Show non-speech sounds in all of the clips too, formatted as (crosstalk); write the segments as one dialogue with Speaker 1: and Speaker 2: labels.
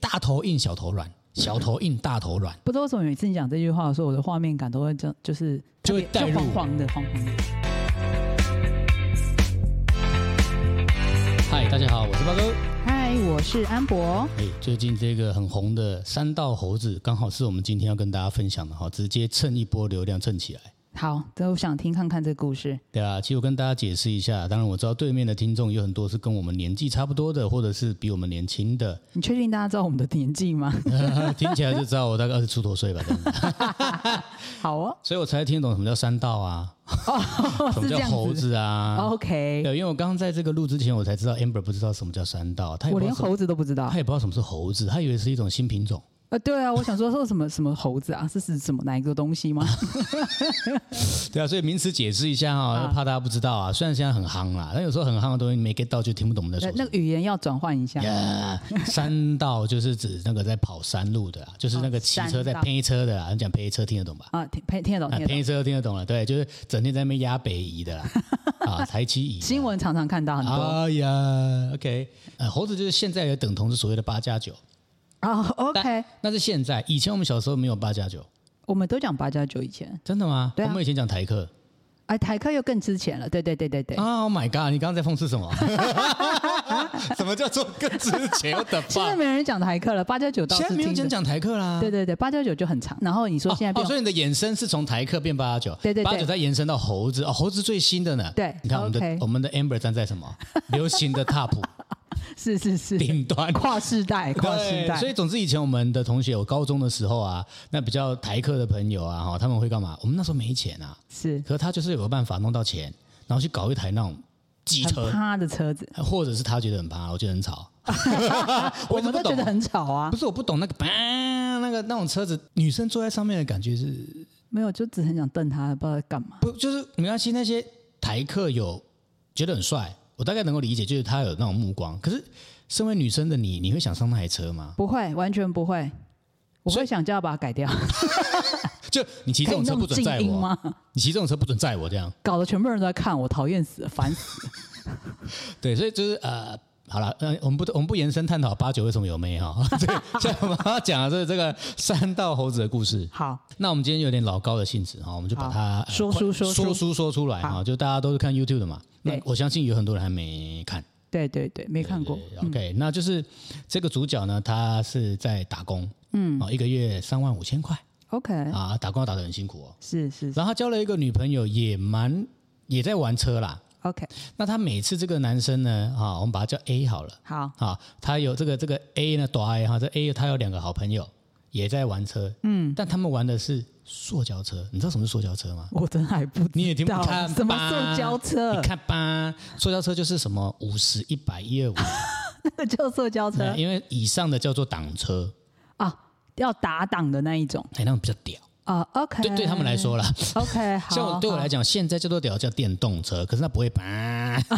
Speaker 1: 大头硬，小头软；
Speaker 2: (laughs)
Speaker 1: 小头硬，大头软。
Speaker 2: 不知道为什么每次你讲这句话的时候，我的画面感都会这就是
Speaker 1: 就会带入
Speaker 2: 黄黄的黄黄的。
Speaker 1: 嗨，大家好，我是八哥。
Speaker 2: 嗨，我是安博，
Speaker 1: 哎，最近这个很红的三道猴子，刚好是我们今天要跟大家分享的哈，直接蹭一波流量蹭起来。
Speaker 2: 好，这我想听看看这故事。
Speaker 1: 对啊，其实我跟大家解释一下，当然我知道对面的听众有很多是跟我们年纪差不多的，或者是比我们年轻的， (laughs)
Speaker 2: 你确定大家知道我们的年纪 (laughs) 吗？
Speaker 1: 听起来就知道我大概二十出头岁
Speaker 2: (laughs)
Speaker 1: 吧，这样子
Speaker 2: 好哦，
Speaker 1: 所以我才听得懂什么叫三道
Speaker 2: (laughs)
Speaker 1: 啊，什么
Speaker 2: 是这
Speaker 1: 叫
Speaker 2: 样
Speaker 1: 猴
Speaker 2: 子。哦
Speaker 1: 子啊。
Speaker 2: OK，
Speaker 1: 对，因为我刚刚在这个录之前，我才知道 Amber 不知道什么叫三道，他也
Speaker 2: 哦我
Speaker 1: 不知
Speaker 2: 连
Speaker 1: 道什么
Speaker 2: 猴子都啊不知道
Speaker 1: 他。也不知道什么是猴子，他以为是一种新品种。
Speaker 2: 呃，对啊，我想说说什么什么猴子啊，是是什么哪一个东
Speaker 1: (laughs)
Speaker 2: 西吗？
Speaker 1: 对啊，所以名词解释一下啊、
Speaker 2: 啊
Speaker 1: 怕大家不知道啊。虽然现在很夯啦，但有时候很夯的东西你没 get 到就听不懂我们在
Speaker 2: 那
Speaker 1: 说
Speaker 2: 那啊
Speaker 1: 什么。
Speaker 2: 个语言要转换一下。
Speaker 1: 呀，山道就是指那个在跑山路的啦，就是那个骑车在
Speaker 2: 哦山道
Speaker 1: 配车的啦。你讲配车听得懂吧？
Speaker 2: 啊，听听听得懂，
Speaker 1: 啊，
Speaker 2: 听得
Speaker 1: 配
Speaker 2: 懂。
Speaker 1: 车听得懂了，对，就是整天在那边压北移
Speaker 2: (laughs)
Speaker 1: 的啦，啊，台七移。
Speaker 2: 新闻常常看到很多
Speaker 1: 哎呀，OK，呃，猴子就是现在也等同是所谓的八加九，
Speaker 2: 啊。OK，
Speaker 1: 那是现在，以前我们小时候没有八加九，
Speaker 2: 我们都讲八加九以前，
Speaker 1: 真的吗？
Speaker 2: 对啊
Speaker 1: 我们以前讲台客，
Speaker 2: 哎，台客又更之前了。对对对对对。
Speaker 1: 啊、o h my god！你刚刚在讽刺什么？ (laughs) 什么叫做更值钱的
Speaker 2: 现在
Speaker 1: 吧？
Speaker 2: 没人讲台客了，八加九倒
Speaker 1: 现在
Speaker 2: 是
Speaker 1: 没有
Speaker 2: 听
Speaker 1: 人
Speaker 2: 的。
Speaker 1: 讲台客啦。
Speaker 2: 对对对，八加九就很长。然后你说
Speaker 1: 哦
Speaker 2: 现在
Speaker 1: 哦，
Speaker 2: 变、
Speaker 1: 所以你的衍生是从台客变八九，
Speaker 2: 对对对
Speaker 1: 八九再延伸到猴子，哦，猴子最新的呢。
Speaker 2: 对
Speaker 1: 你看我们的
Speaker 2: OK
Speaker 1: 我们的 Amber 站在什
Speaker 2: (laughs)
Speaker 1: 么流行的 top
Speaker 2: 是是是
Speaker 1: 顶端。
Speaker 2: 跨世代，跨世
Speaker 1: 对，
Speaker 2: 代。
Speaker 1: 所以总之以前我们的同学，我高中的时候啊，那比较台客的朋友啊，哈，他们会干嘛？我们那时候没钱啊，
Speaker 2: 是
Speaker 1: 可是他就是有个办法弄到钱，然后去搞一台那种机车
Speaker 2: 很，趴的车子，
Speaker 1: 或者是他觉得很怕，我觉得很
Speaker 2: (laughs)
Speaker 1: 吵。 (laughs)
Speaker 2: 我
Speaker 1: 一直不
Speaker 2: 们都觉
Speaker 1: 懂
Speaker 2: 得很吵啊
Speaker 1: 不。是我不懂那个 (laughs) 吧，那个那种车子，女生坐在上面的感觉是
Speaker 2: 没有，就只很想瞪他，不知道在干嘛。
Speaker 1: 不就是没关系？那些台客有觉得很帅，我大概能够理解，就是他有那种目光。可是身为女生的你，你会想上那台车吗？
Speaker 2: 不会，完全不会。我
Speaker 1: 所
Speaker 2: 会想叫他把它改掉，
Speaker 1: 就你骑这
Speaker 2: 可以
Speaker 1: 种车不
Speaker 2: 弄
Speaker 1: 准
Speaker 2: 静
Speaker 1: 载
Speaker 2: 音
Speaker 1: 我，
Speaker 2: 吗？
Speaker 1: 你骑这种车不准载我这样。
Speaker 2: 搞得全部人都在看我，讨厌死了，烦死。
Speaker 1: 对，所以就是呃，好了，呃，我们不我们不延伸探讨八九为什么有妹哈、 (laughs) 对，现在我们要讲的是这个三道猴子的故事。
Speaker 2: 好，
Speaker 1: 那我们今天有点老高的性质哈，我们就把它呃
Speaker 2: 说书说
Speaker 1: 说
Speaker 2: 书
Speaker 1: 书说出来哈，
Speaker 2: 好
Speaker 1: 就大家都是看 YouTube 的嘛。那
Speaker 2: 对
Speaker 1: 我相信有很多人还没看，
Speaker 2: 对对对，没看过。
Speaker 1: 对 OK，那就是这个主角呢，他是在打工，嗯，啊，一个月三万五千块
Speaker 2: OK，
Speaker 1: 啊，打工要打得很辛苦哦。
Speaker 2: 是是是
Speaker 1: 然后他交了一个女朋友，也蛮也在玩车啦。
Speaker 2: ，OK，
Speaker 1: 那他每次这个男生呢，啊，我们把他叫 A 好了，
Speaker 2: 好，
Speaker 1: 啊，他有这个这个 A 呢，短 A 哈，这 A 他有两个好朋友也在玩车，嗯，但他们玩的是塑胶车，你知道什么是塑胶车吗？
Speaker 2: 我真还不知道
Speaker 1: 你也听不看吧
Speaker 2: 什么塑胶车
Speaker 1: 你，看吧，塑胶车就是什么五十、一百、一二五，
Speaker 2: 那 (laughs) 个叫塑胶车
Speaker 1: 哎因为以上的叫做挡车，
Speaker 2: 啊，要打档的那一种
Speaker 1: 哎，那种比较屌。
Speaker 2: 啊。OK，
Speaker 1: 对，对他们来说啦， (laughs)
Speaker 2: ，OK，好，
Speaker 1: 像我
Speaker 2: (laughs)
Speaker 1: 对我来讲，现在叫做屌叫电动车，可是它不会吧，
Speaker 2: (laughs)
Speaker 1: 可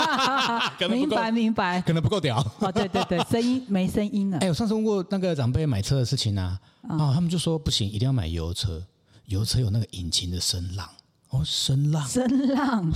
Speaker 2: 好，
Speaker 1: 能不
Speaker 2: 明
Speaker 1: 够，
Speaker 2: 白明白。
Speaker 1: 可能不够屌。
Speaker 2: 哦，对对对，声音没声音了
Speaker 1: 哎，我上次问过那个长辈买车的事情啊，
Speaker 2: 嗯
Speaker 1: 啊，他们就说不行，一定要买油车，油车有那个引擎的声浪。哦，声浪，
Speaker 2: 声浪。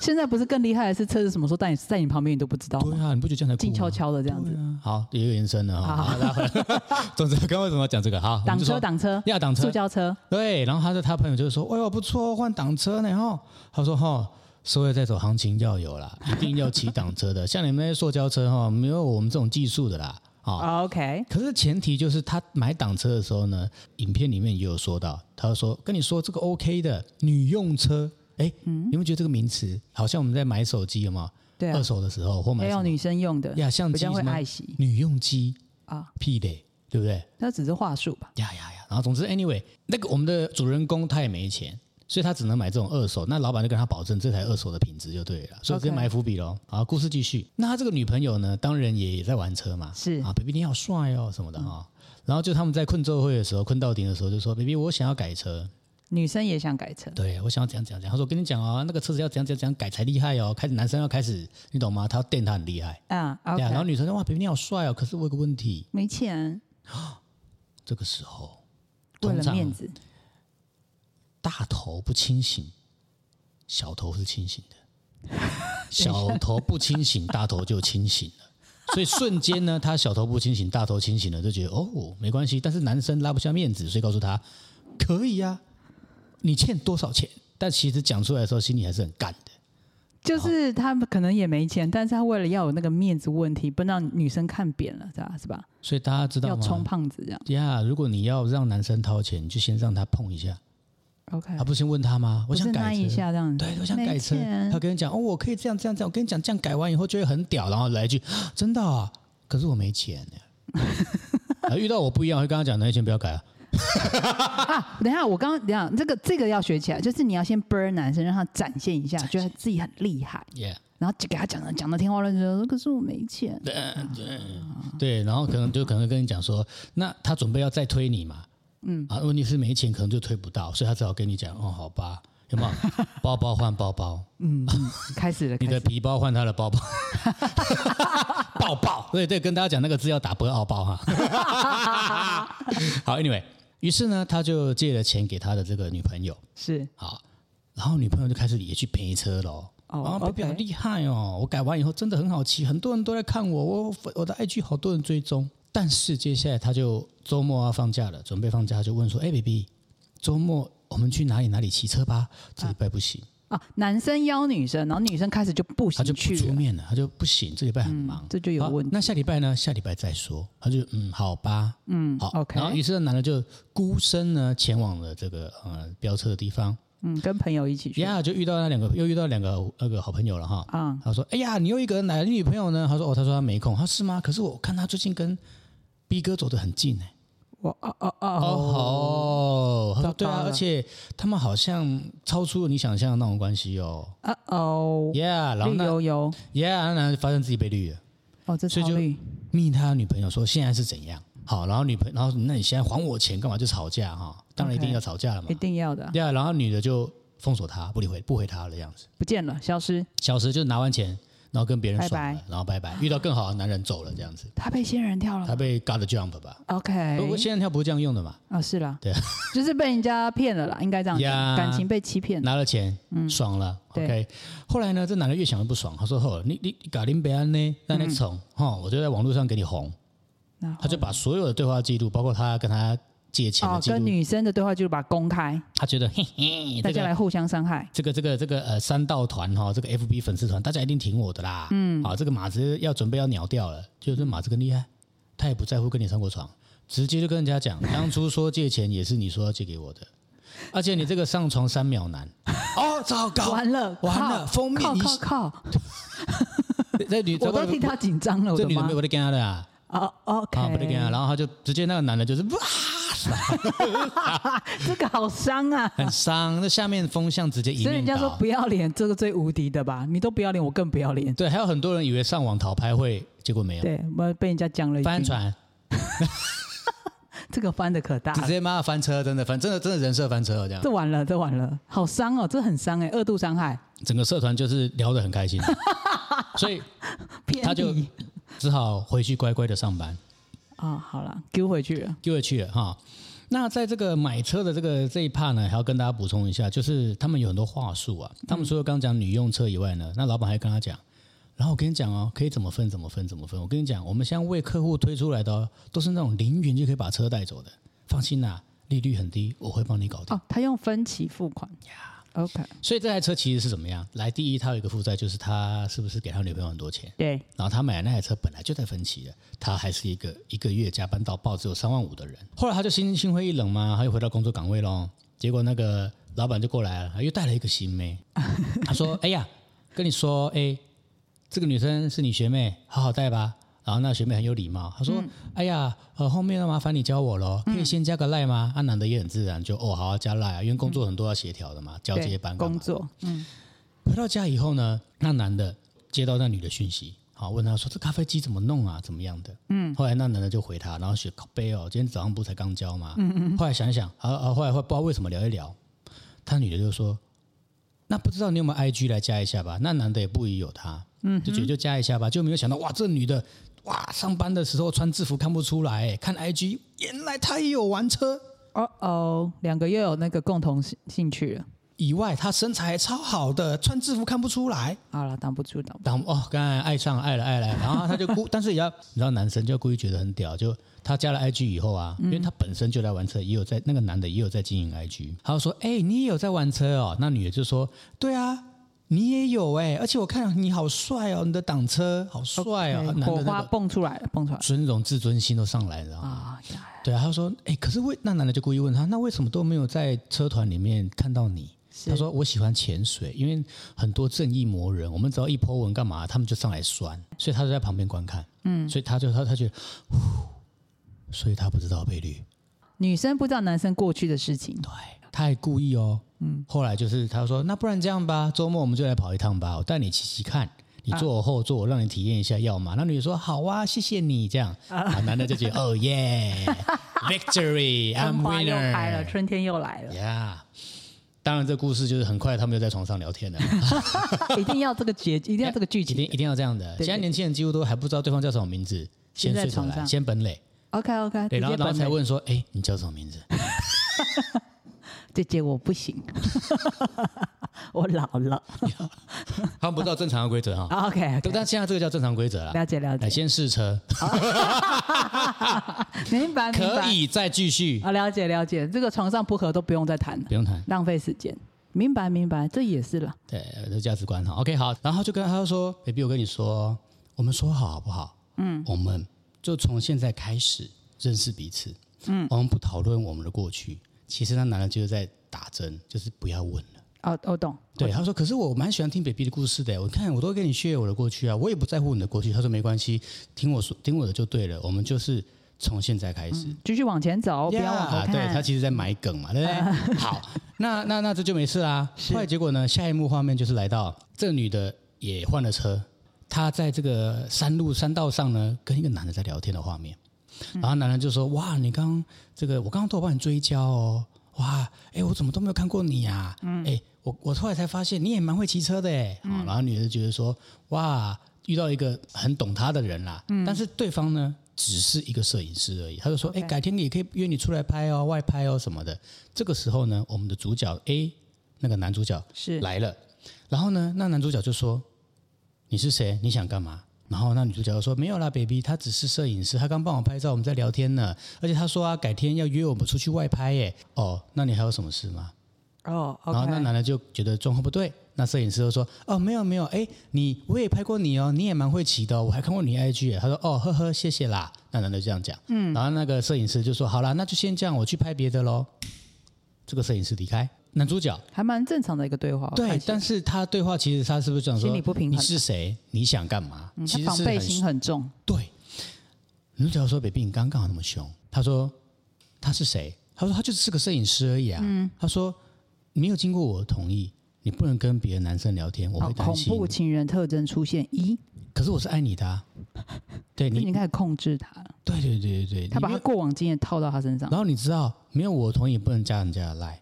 Speaker 2: 现在不是更厉害的是车子什么时候在你在你旁边你都不知道
Speaker 1: 对
Speaker 2: 吗？
Speaker 1: 啊，你不觉得这样才酷
Speaker 2: 静
Speaker 1: 吗啊
Speaker 2: 悄悄的这样子，
Speaker 1: 好，也有延伸了哈。好拉回来 (laughs) 总之，刚刚为什么要讲这个？好，我
Speaker 2: 挡车
Speaker 1: 们就说
Speaker 2: 挡车，
Speaker 1: 要挡
Speaker 2: 塑
Speaker 1: 车，
Speaker 2: 胶车，
Speaker 1: 对。然后他的他朋友就说：“哎呦，不错，换挡车呢哈。”他说：“哈，社会在走，行情要有
Speaker 2: (laughs)
Speaker 1: 啦，一定要骑挡车的。像你们那些塑胶车哈，没有我们这种技术的啦。”啊，
Speaker 2: 啊 OK，
Speaker 1: 可是前提就是他买挡车的时候呢，影片里面也有说到，他说跟你说这个 OK 的女用车，哎，你们觉得这个名词好像我们在买手机有没有？
Speaker 2: 嗯对啊
Speaker 1: 二，手的时候或买
Speaker 2: 还
Speaker 1: 什
Speaker 2: 有
Speaker 1: 么
Speaker 2: 女生用的，
Speaker 1: 呀相
Speaker 2: 比
Speaker 1: 机
Speaker 2: 较会
Speaker 1: 什么
Speaker 2: 爱惜
Speaker 1: 女用机
Speaker 2: 啊，
Speaker 1: 屁嘞，对不对？
Speaker 2: 那只是话术吧？
Speaker 1: 呀呀呀！然后总之，anyway，那个我们的主人公他也没钱，所以他只能买这种二手。那老板就跟他保证这台二手的品质就对了，所以直接
Speaker 2: OK
Speaker 1: 埋伏笔喽。好，故事继续。那他这个女朋友呢，当然也在玩车嘛，
Speaker 2: 是
Speaker 1: 啊，baby 你好帅哦什么的啊、然后就他们在困咒会的时候，困到顶的时候，就说 baby 我想要改车，
Speaker 2: 女生也想改车，
Speaker 1: 对我想要怎样怎样怎样。他说跟你讲啊，那个车子要怎样怎样怎样改才厉害哦。开始男生要开始，你懂吗？他要电他很厉害。
Speaker 2: 啊
Speaker 1: 对啊然后
Speaker 2: ，OK，
Speaker 1: 女生说哇，baby 你好帅哦，可是我有个问题。
Speaker 2: 没钱，
Speaker 1: 这个时候，
Speaker 2: 为
Speaker 1: 通
Speaker 2: 了
Speaker 1: 常
Speaker 2: 面子，
Speaker 1: 大头不清醒，
Speaker 2: (laughs)
Speaker 1: 小头是清醒的。小头不清醒，大头就清醒了。所以瞬间呢，他小头不清醒，大头清醒了，就觉得哦没关系。但是男生拉不下面子，所以告诉他可以呀、你欠多少钱？但其实讲出来的时候，心里还是很干的。
Speaker 2: 就是他们可能也没钱，但是他为了要有那个面子问题，不能让女生看扁了，是吧？是吧？
Speaker 1: 所以大家知道
Speaker 2: 要
Speaker 1: 吗
Speaker 2: 冲？胖子这样。
Speaker 1: 呀如果你要让男生掏钱，你就先让他碰一下，啊
Speaker 2: OK，
Speaker 1: 他、不先问他吗？我
Speaker 2: 不
Speaker 1: 想
Speaker 2: 是那
Speaker 1: 改
Speaker 2: 一
Speaker 1: 车。
Speaker 2: 下这样子。
Speaker 1: 对，我想
Speaker 2: 没
Speaker 1: 改车，
Speaker 2: 钱
Speaker 1: 他跟你讲哦，我可以这样这样这样，我跟你讲，这样改完以后就会很屌，然后来一句啊真的、啊，可是我没钱呢 (laughs) 啊遇到我不一样，我会跟他讲，那你先不要改啊。
Speaker 2: 啊，等一下，我刚刚等一下这个这个要学起来，就是你要先 burn 男生，让他展现一下，觉得自己很厉害，
Speaker 1: Yeah，
Speaker 2: 然后就给他讲的讲的天花乱坠，说可是我没钱。
Speaker 1: 对对对，然后可能就可能跟你讲说，那他准备要再推你嘛，嗯啊，问题是没钱，可能就推不到，所以他只好跟你讲，哦，好吧，有没有包包换包包，
Speaker 2: 嗯，嗯开始了，
Speaker 1: (laughs) 你
Speaker 2: 开
Speaker 1: 的
Speaker 2: 始。
Speaker 1: 皮包换他的包包，
Speaker 2: (laughs)
Speaker 1: 抱抱，对对，跟大家讲那个字要打不要抱哈。
Speaker 2: (laughs)
Speaker 1: 好，anyway，于是呢，他就借了钱给他的这个女朋友，
Speaker 2: 是
Speaker 1: 好，然后女朋友就开始也去陪车喽。
Speaker 2: 哦
Speaker 1: 啊，
Speaker 2: ，OK
Speaker 1: 比好厉害哦！我改完以后真的很好骑，很多人都在看我，我我的 IG 好多人追踪。但是接下来他就周末要放假了，准备放假就问说：“哎、b a b y 周末我们去哪里哪里骑车吧？这礼拜不行。
Speaker 2: 啊，男生邀女生，然后女生开始就不
Speaker 1: 他
Speaker 2: 行
Speaker 1: 就不
Speaker 2: 去
Speaker 1: 出
Speaker 2: 了，
Speaker 1: 面了，他就不行，这礼拜很忙，
Speaker 2: 这就有
Speaker 1: 好
Speaker 2: 问题。
Speaker 1: 那下礼拜呢？下礼拜再说。他就嗯，好吧，
Speaker 2: 嗯
Speaker 1: 好。
Speaker 2: ，OK，
Speaker 1: 然后于是男的就孤身呢前往了这个呃飙车的地方，
Speaker 2: 嗯，跟朋友一起去
Speaker 1: 呀，就遇到那两个又遇到两个那个好朋友了哈。
Speaker 2: 啊，
Speaker 1: 他说：“哎呀，你又一个人来了，你女朋友呢？”他说：“哦，他说他没空。”他说：“是吗？可是我看他最近跟 B 哥走得很近哎、
Speaker 2: 我哦哦
Speaker 1: 哦，他说：“
Speaker 2: 糟
Speaker 1: 对
Speaker 2: 糕
Speaker 1: 啊，
Speaker 2: 了
Speaker 1: 而且他们好像超出了你想象的那种关系哦。
Speaker 2: 哦哦，
Speaker 1: ”Yeah，然后
Speaker 2: 绿
Speaker 1: 那
Speaker 2: 油油，
Speaker 1: Yeah，那发现自己被绿了。
Speaker 2: 哦，这
Speaker 1: 所以
Speaker 2: 超
Speaker 1: 就
Speaker 2: 绿，
Speaker 1: 密他女朋友说现在是怎样？好，然后女朋然后那你现在还我钱干嘛？就吵架哈、当然一定
Speaker 2: OK
Speaker 1: 要吵架了嘛
Speaker 2: 一。定要的，
Speaker 1: 对啊，然后女的就封锁他，不理会不回他了样子。
Speaker 2: 不见了，消失，
Speaker 1: 小时就拿完钱，然后跟别人爽了，
Speaker 2: 拜拜
Speaker 1: 然后拜拜，遇到更好的男人走了这样子。
Speaker 2: 他被仙人跳了
Speaker 1: 他被 God jump 吧？不过
Speaker 2: ，OK，
Speaker 1: 仙人跳不是这样用的嘛？
Speaker 2: 哦，是啦，
Speaker 1: 对啊，
Speaker 2: (laughs) 就是被人家骗了啦，应该这样
Speaker 1: 呀
Speaker 2: 讲，感情被欺骗，
Speaker 1: 拿了钱，爽了。
Speaker 2: 对
Speaker 1: OK，后来呢，这男的越想越不爽，他说：“吼，你你搞林北安呢，让你宠，哈，我就在网络上给你红。”
Speaker 2: 然后
Speaker 1: 他就把所有的对话记录，包括他跟他借钱的
Speaker 2: 哦，
Speaker 1: 记
Speaker 2: 跟
Speaker 1: 录，
Speaker 2: 女生的对话就是把它公开，
Speaker 1: 他觉得嘿嘿，
Speaker 2: 大
Speaker 1: 这
Speaker 2: 家
Speaker 1: 个
Speaker 2: 来互相伤害，
Speaker 1: 这个这个这个呃三道团哈、这个 FB 粉丝团，大家一定挺我的啦。嗯，啊，这个马子要准备要鸟掉了，就是马子更厉害，他也不在乎跟你上过床，直接就跟人家讲，当初说借钱也是你说要借给我的，而且你这个上床三秒
Speaker 2: (laughs)
Speaker 1: 男，哦，糟糕，
Speaker 2: 完了，
Speaker 1: 完了
Speaker 2: 靠
Speaker 1: 封面
Speaker 2: 靠
Speaker 1: 你
Speaker 2: 靠靠，
Speaker 1: 这女
Speaker 2: 我都替他紧张了，我
Speaker 1: 这
Speaker 2: 的
Speaker 1: 女的
Speaker 2: 妈
Speaker 1: 没，有在跟他的啊，
Speaker 2: 哦
Speaker 1: 啊，不在跟
Speaker 2: ，OK，
Speaker 1: 他，然后他就直接那个男的就是哇，
Speaker 2: 这个好伤
Speaker 1: (laughs)
Speaker 2: 啊。
Speaker 1: 很伤，那下面风向直接一
Speaker 2: 所以人
Speaker 1: 面
Speaker 2: 家说
Speaker 1: 倒
Speaker 2: 不。要脸，这个最无敌的吧？你都不要脸，我更不要脸。
Speaker 1: 对，还有很多人以为上网讨拍会，结果没有，
Speaker 2: 对，我被人家讲了一
Speaker 1: 翻
Speaker 2: 句，
Speaker 1: 船。
Speaker 2: 这个翻的可大
Speaker 1: 直
Speaker 2: 了，
Speaker 1: 接妈翻车，真的翻，真的真的人设翻车了这样
Speaker 2: 这。完了，这完了，好伤哦，这很伤哎、二度伤害，
Speaker 1: 整个社团就是聊得很开心，所以
Speaker 2: 偏
Speaker 1: 他就
Speaker 2: 离
Speaker 1: 只好回去乖乖的上班，
Speaker 2: 啊、好了，丢回去了，
Speaker 1: 就会去了哈。那在这个买车的这个这一趴呢，还要跟大家补充一下，就是他们有很多话术啊。他们除了刚讲女用车以外呢，那老板还跟他讲，然后我跟你讲哦，可以怎么分怎么分怎么分。我跟你讲，我们现在为客户推出来的、哦、都是那种凌云就可以把车带走的，放心啦、利率很低，我会帮你搞定。
Speaker 2: 哦，他用分期付款，OK，
Speaker 1: 所以这台车其实是怎么样？来，第一，他有一个负债，就是他是不是给他女朋友很多钱？
Speaker 2: 对，
Speaker 1: 然后他买的那台车本来就在分期的，他还是一个一个月加班到爆只有三万五的人。后来他就心心灰意冷嘛，他又回到工作岗位喽。结果那个老板就过来了，他又带了一个新
Speaker 2: (laughs)
Speaker 1: 妹，他说：“哎呀，跟你说，哎，这个女生是你学妹，好好带吧。”然后那学妹很有礼貌，她说：“
Speaker 2: 嗯
Speaker 1: 哎呀，呃，后面要麻烦你教我喽，可以先加个赖吗？”啊，男的也很自然，就哦，好、啊，加赖啊，因为工作很多要协调的嘛，交接
Speaker 2: 嗯对，
Speaker 1: 班干嘛
Speaker 2: 工作，嗯，
Speaker 1: 回到家以后呢，那男的接到那女的讯息，好问他说：“这咖啡机怎么弄啊？怎么样的？”嗯，后来那男的就回他，然后写靠背哦，今天早上不才刚教吗？嗯嗯。后来想一想，啊啊，后来会不知道为什么聊一聊，他女的就说：“那不知道你有没有 IG 来加一下吧？”那男的也不疑有他，嗯，就觉得就加一下吧，就没有想到哇，这女的哇，上班的时候穿制服看不出来，看 IG，原来她也有玩车。
Speaker 2: 哦哦，两个又有那个共同兴兴趣了，
Speaker 1: 以外，她身材超好的，穿制服看不出来。
Speaker 2: 好了，挡不住，挡不住。
Speaker 1: 当哦，刚才爱上爱了爱了，然后他就故， (laughs) 但是也要你知道，男生就故意觉得很屌，就他加了 IG 以后
Speaker 2: 嗯
Speaker 1: 啊，因为他本身就在玩车，也有在那个男的也有在经营 IG，他就说：“哎、你也有在玩车哦？”那女的就说：“对啊，你也有哎、而且我看你好帅哦，你的挡车好帅哦。
Speaker 2: 对
Speaker 1: 男
Speaker 2: 火
Speaker 1: 的那
Speaker 2: 花
Speaker 1: 个
Speaker 2: 蹦出来了，蹦出来了
Speaker 1: 尊荣自尊心都上来了啊。
Speaker 2: 啊！呀
Speaker 1: 对啊，他说：“哎、可是为那男的就故意问他，那为什么都没有在车团里面看到你？”
Speaker 2: 是
Speaker 1: 他说：“我喜欢潜水，因为很多正义魔人，我们只要一 po 文干嘛，他们就上来酸，所以他就在旁边观看。嗯，所以他就他他觉得，呼所以他不知道被绿，
Speaker 2: 女生不知道男生过去的事情，
Speaker 1: 对，他还故意哦。嗯，后来就是他说，那不然这样吧，周末我们就来跑一趟吧，哦我带你骑骑看。”你
Speaker 2: 啊
Speaker 1: 坐我后座，我让你体验一下，要吗？那女的说好啊，谢谢你。这样，啊，男的就觉
Speaker 2: (laughs)
Speaker 1: 得哦耶，victory，I'm
Speaker 2: 春花又
Speaker 1: winner。
Speaker 2: 开了，春天又来了，
Speaker 1: 呀、当然，这故事就是很快他们就在床上聊天了，
Speaker 2: 一定要这
Speaker 1: (laughs)
Speaker 2: 个结，一定 (laughs) 要这个剧
Speaker 1: 一定
Speaker 2: 情。
Speaker 1: 一定要这样的。
Speaker 2: 对
Speaker 1: 现在年轻人几乎都还不知道对方叫什么名字，先
Speaker 2: 先在
Speaker 1: 睡着
Speaker 2: 床
Speaker 1: 来，
Speaker 2: 上
Speaker 1: 先本垒，
Speaker 2: OK OK，
Speaker 1: 对，
Speaker 2: 直
Speaker 1: 然后
Speaker 2: 接
Speaker 1: 然后
Speaker 2: 本
Speaker 1: 才
Speaker 2: 垒，
Speaker 1: 问说，哎，你叫什么名字？
Speaker 2: 这结果不行， (laughs) 我老了。
Speaker 1: 他们不知道正常的规
Speaker 2: (laughs)
Speaker 1: 则哈，
Speaker 2: OK，,
Speaker 1: 对
Speaker 2: o
Speaker 1: 但现在这个叫正常规则了。
Speaker 2: 了解了
Speaker 1: 来，
Speaker 2: 解，
Speaker 1: 先试车，
Speaker 2: 明白明
Speaker 1: 可
Speaker 2: 白。
Speaker 1: 以再继续，
Speaker 2: 啊，了解了解，这个床上不合都不用再谈了
Speaker 1: 不，用谈。
Speaker 2: 浪费时间。明白明白，这也是了。
Speaker 1: 对，这价值观哈。OK，好，然后就跟他说，baby，我跟你说，我们说好好不好？嗯，我们就从现在开始认识彼此。嗯，我们不讨论我们的过去。其实那男的就是在打针，就是不要问了。
Speaker 2: 哦，我懂。
Speaker 1: 对，他说，可是我蛮喜欢听 baby 的故事的，我看我都跟你 share 我的过去啊，我也不在乎你的过去。他说没关系，听我说，听我的就对了，我们就是从现在开始。
Speaker 2: 继续往前走，不要往后
Speaker 1: 呀
Speaker 2: 看。
Speaker 1: 啊
Speaker 2: 嗯
Speaker 1: 对他其实在埋梗嘛，对不对？好，那那那这就没事啦。后来结果呢，下一幕画面就是来到这个女的也换了车，她在这个山路山道上呢，跟一个男的在聊天的画面。然后男人就说：“哇，你刚刚这个，我刚刚都有帮你追焦哦，哇，哎，我怎么都没有看过你呀、啊？哎、我我后来才发现你也蛮会骑车的哎。啊然后女的就觉得说：哇，遇到一个很懂她的人啦。但是对方呢，只是一个摄影师而已。他就说：哎
Speaker 2: OK
Speaker 1: 改天也可以约你出来拍哦，外拍哦什么的。这个时候呢，我们的主角 A 那个男主角
Speaker 2: 是
Speaker 1: 来了，然后呢，那男主角就说：“你是谁？你想干嘛？”然后那女主角就说：“没有啦，baby，他只是摄影师，他刚帮我拍照，我们在聊天呢。而且他说啊，改天要约我们出去外拍耶。哦，那你还有什么事吗？”
Speaker 2: 哦
Speaker 1: 然后那
Speaker 2: ，OK，
Speaker 1: 男的就觉得状况不对，那摄影师就说：“哦，没有没有，哎，你我也拍过你哦，你也蛮会骑的哦、我还看过你 IG 耶。”他说：“哦，呵呵，谢谢啦。”那男的就这样讲，嗯，然后那个摄影师就说：“好啦，那就先这样，我去拍别的喽。”这个摄影师离开，男主角
Speaker 2: 还蛮正常的一个对话。我
Speaker 1: 对
Speaker 2: 哦看，起来
Speaker 1: 但是他对话其实他是不是这样说？
Speaker 2: 心里不平衡
Speaker 1: 你是谁？你想干嘛？
Speaker 2: 嗯他
Speaker 1: 其实
Speaker 2: 防
Speaker 1: 是
Speaker 2: 备
Speaker 1: 很
Speaker 2: 心很重。
Speaker 1: 对。女主角说：“baby，你刚刚干嘛那么凶？”他说：“他是谁？”他说：“他就只是个摄影师而已啊。
Speaker 2: 嗯
Speaker 1: 他说：“没有经过我的同意，你不能跟别的男生聊天，我
Speaker 2: 好，
Speaker 1: 会担
Speaker 2: 哦恐
Speaker 1: 心。
Speaker 2: 怖情人特征出现一，
Speaker 1: 可是我是爱你的、啊，对
Speaker 2: (laughs) 你
Speaker 1: 哎你，
Speaker 2: 你开始控制他了，
Speaker 1: 对对对对对，
Speaker 2: 他把
Speaker 1: 你没
Speaker 2: 他
Speaker 1: 有
Speaker 2: 过往经验套到他身上。
Speaker 1: 然后你知道，没有我的同意，不能加人家的赖。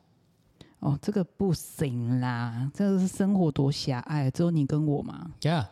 Speaker 2: 哦，这个不行啦，这个是生活多狭隘，只有你跟我嘛。
Speaker 1: Yeah，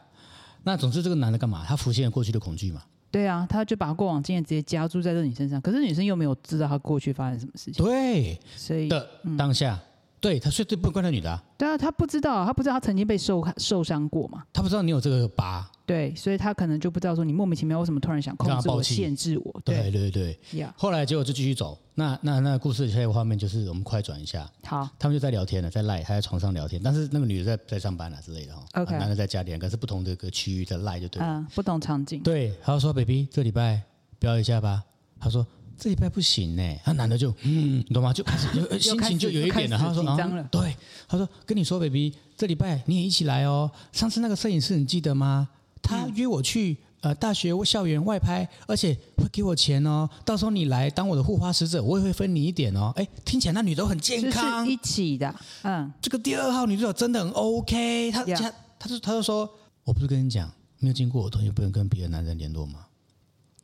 Speaker 1: 那总之这个男的干嘛？他浮现了过去的恐惧嘛。
Speaker 2: 对啊，他就把过往经验直接加注在这女生上，可是女生又没有知道她过去发生什么事情，
Speaker 1: 对
Speaker 2: 所以
Speaker 1: 的，当下，对他，所以这不能怪那女的、啊。”
Speaker 2: 对啊，她不知道，她不知道她曾经被受受伤过嘛，
Speaker 1: 他不知道你有这个疤，
Speaker 2: 对，所以她可能就不知道说你莫名其妙为什么突然想控
Speaker 1: 让她
Speaker 2: 制
Speaker 1: 暴
Speaker 2: 我、
Speaker 1: 气
Speaker 2: 限制我，
Speaker 1: 对对对。
Speaker 2: 呀
Speaker 1: 后来结果就继续走，那那那故事的下一个画面就是我们快转一下，
Speaker 2: 好，
Speaker 1: 他们就在聊天了，在赖，还在床上聊天，但是那个女的在在上班了之类的哈
Speaker 2: OK
Speaker 1: 啊男的在家里，两个是不同的一个区域在赖就对了。
Speaker 2: 嗯，不懂场景，
Speaker 1: 对，他就说 baby 这礼拜表演一下吧，他说。这礼拜不行呢，他男的就嗯，你懂吗？就开始就心
Speaker 2: 开始
Speaker 1: 情就有一点了。
Speaker 2: 又开
Speaker 1: 他
Speaker 2: 始
Speaker 1: 说
Speaker 2: 紧张
Speaker 1: 啊
Speaker 2: 了
Speaker 1: 对，他说跟你说，baby，这礼拜你也一起来哦。上次那个摄影师你记得吗？他约我去呃大学校园外拍，而且会给我钱哦。到时候你来当我的护花使者，我也会分你一点哦。哎，听起来那女的都很健
Speaker 2: 就是
Speaker 1: 康，
Speaker 2: 一起的，嗯，
Speaker 1: 这个第二号女主角真的很 OK，她
Speaker 2: Yeah
Speaker 1: 她她就她就说，我不是跟你讲，没有经过我同意不能跟别的男人联络吗？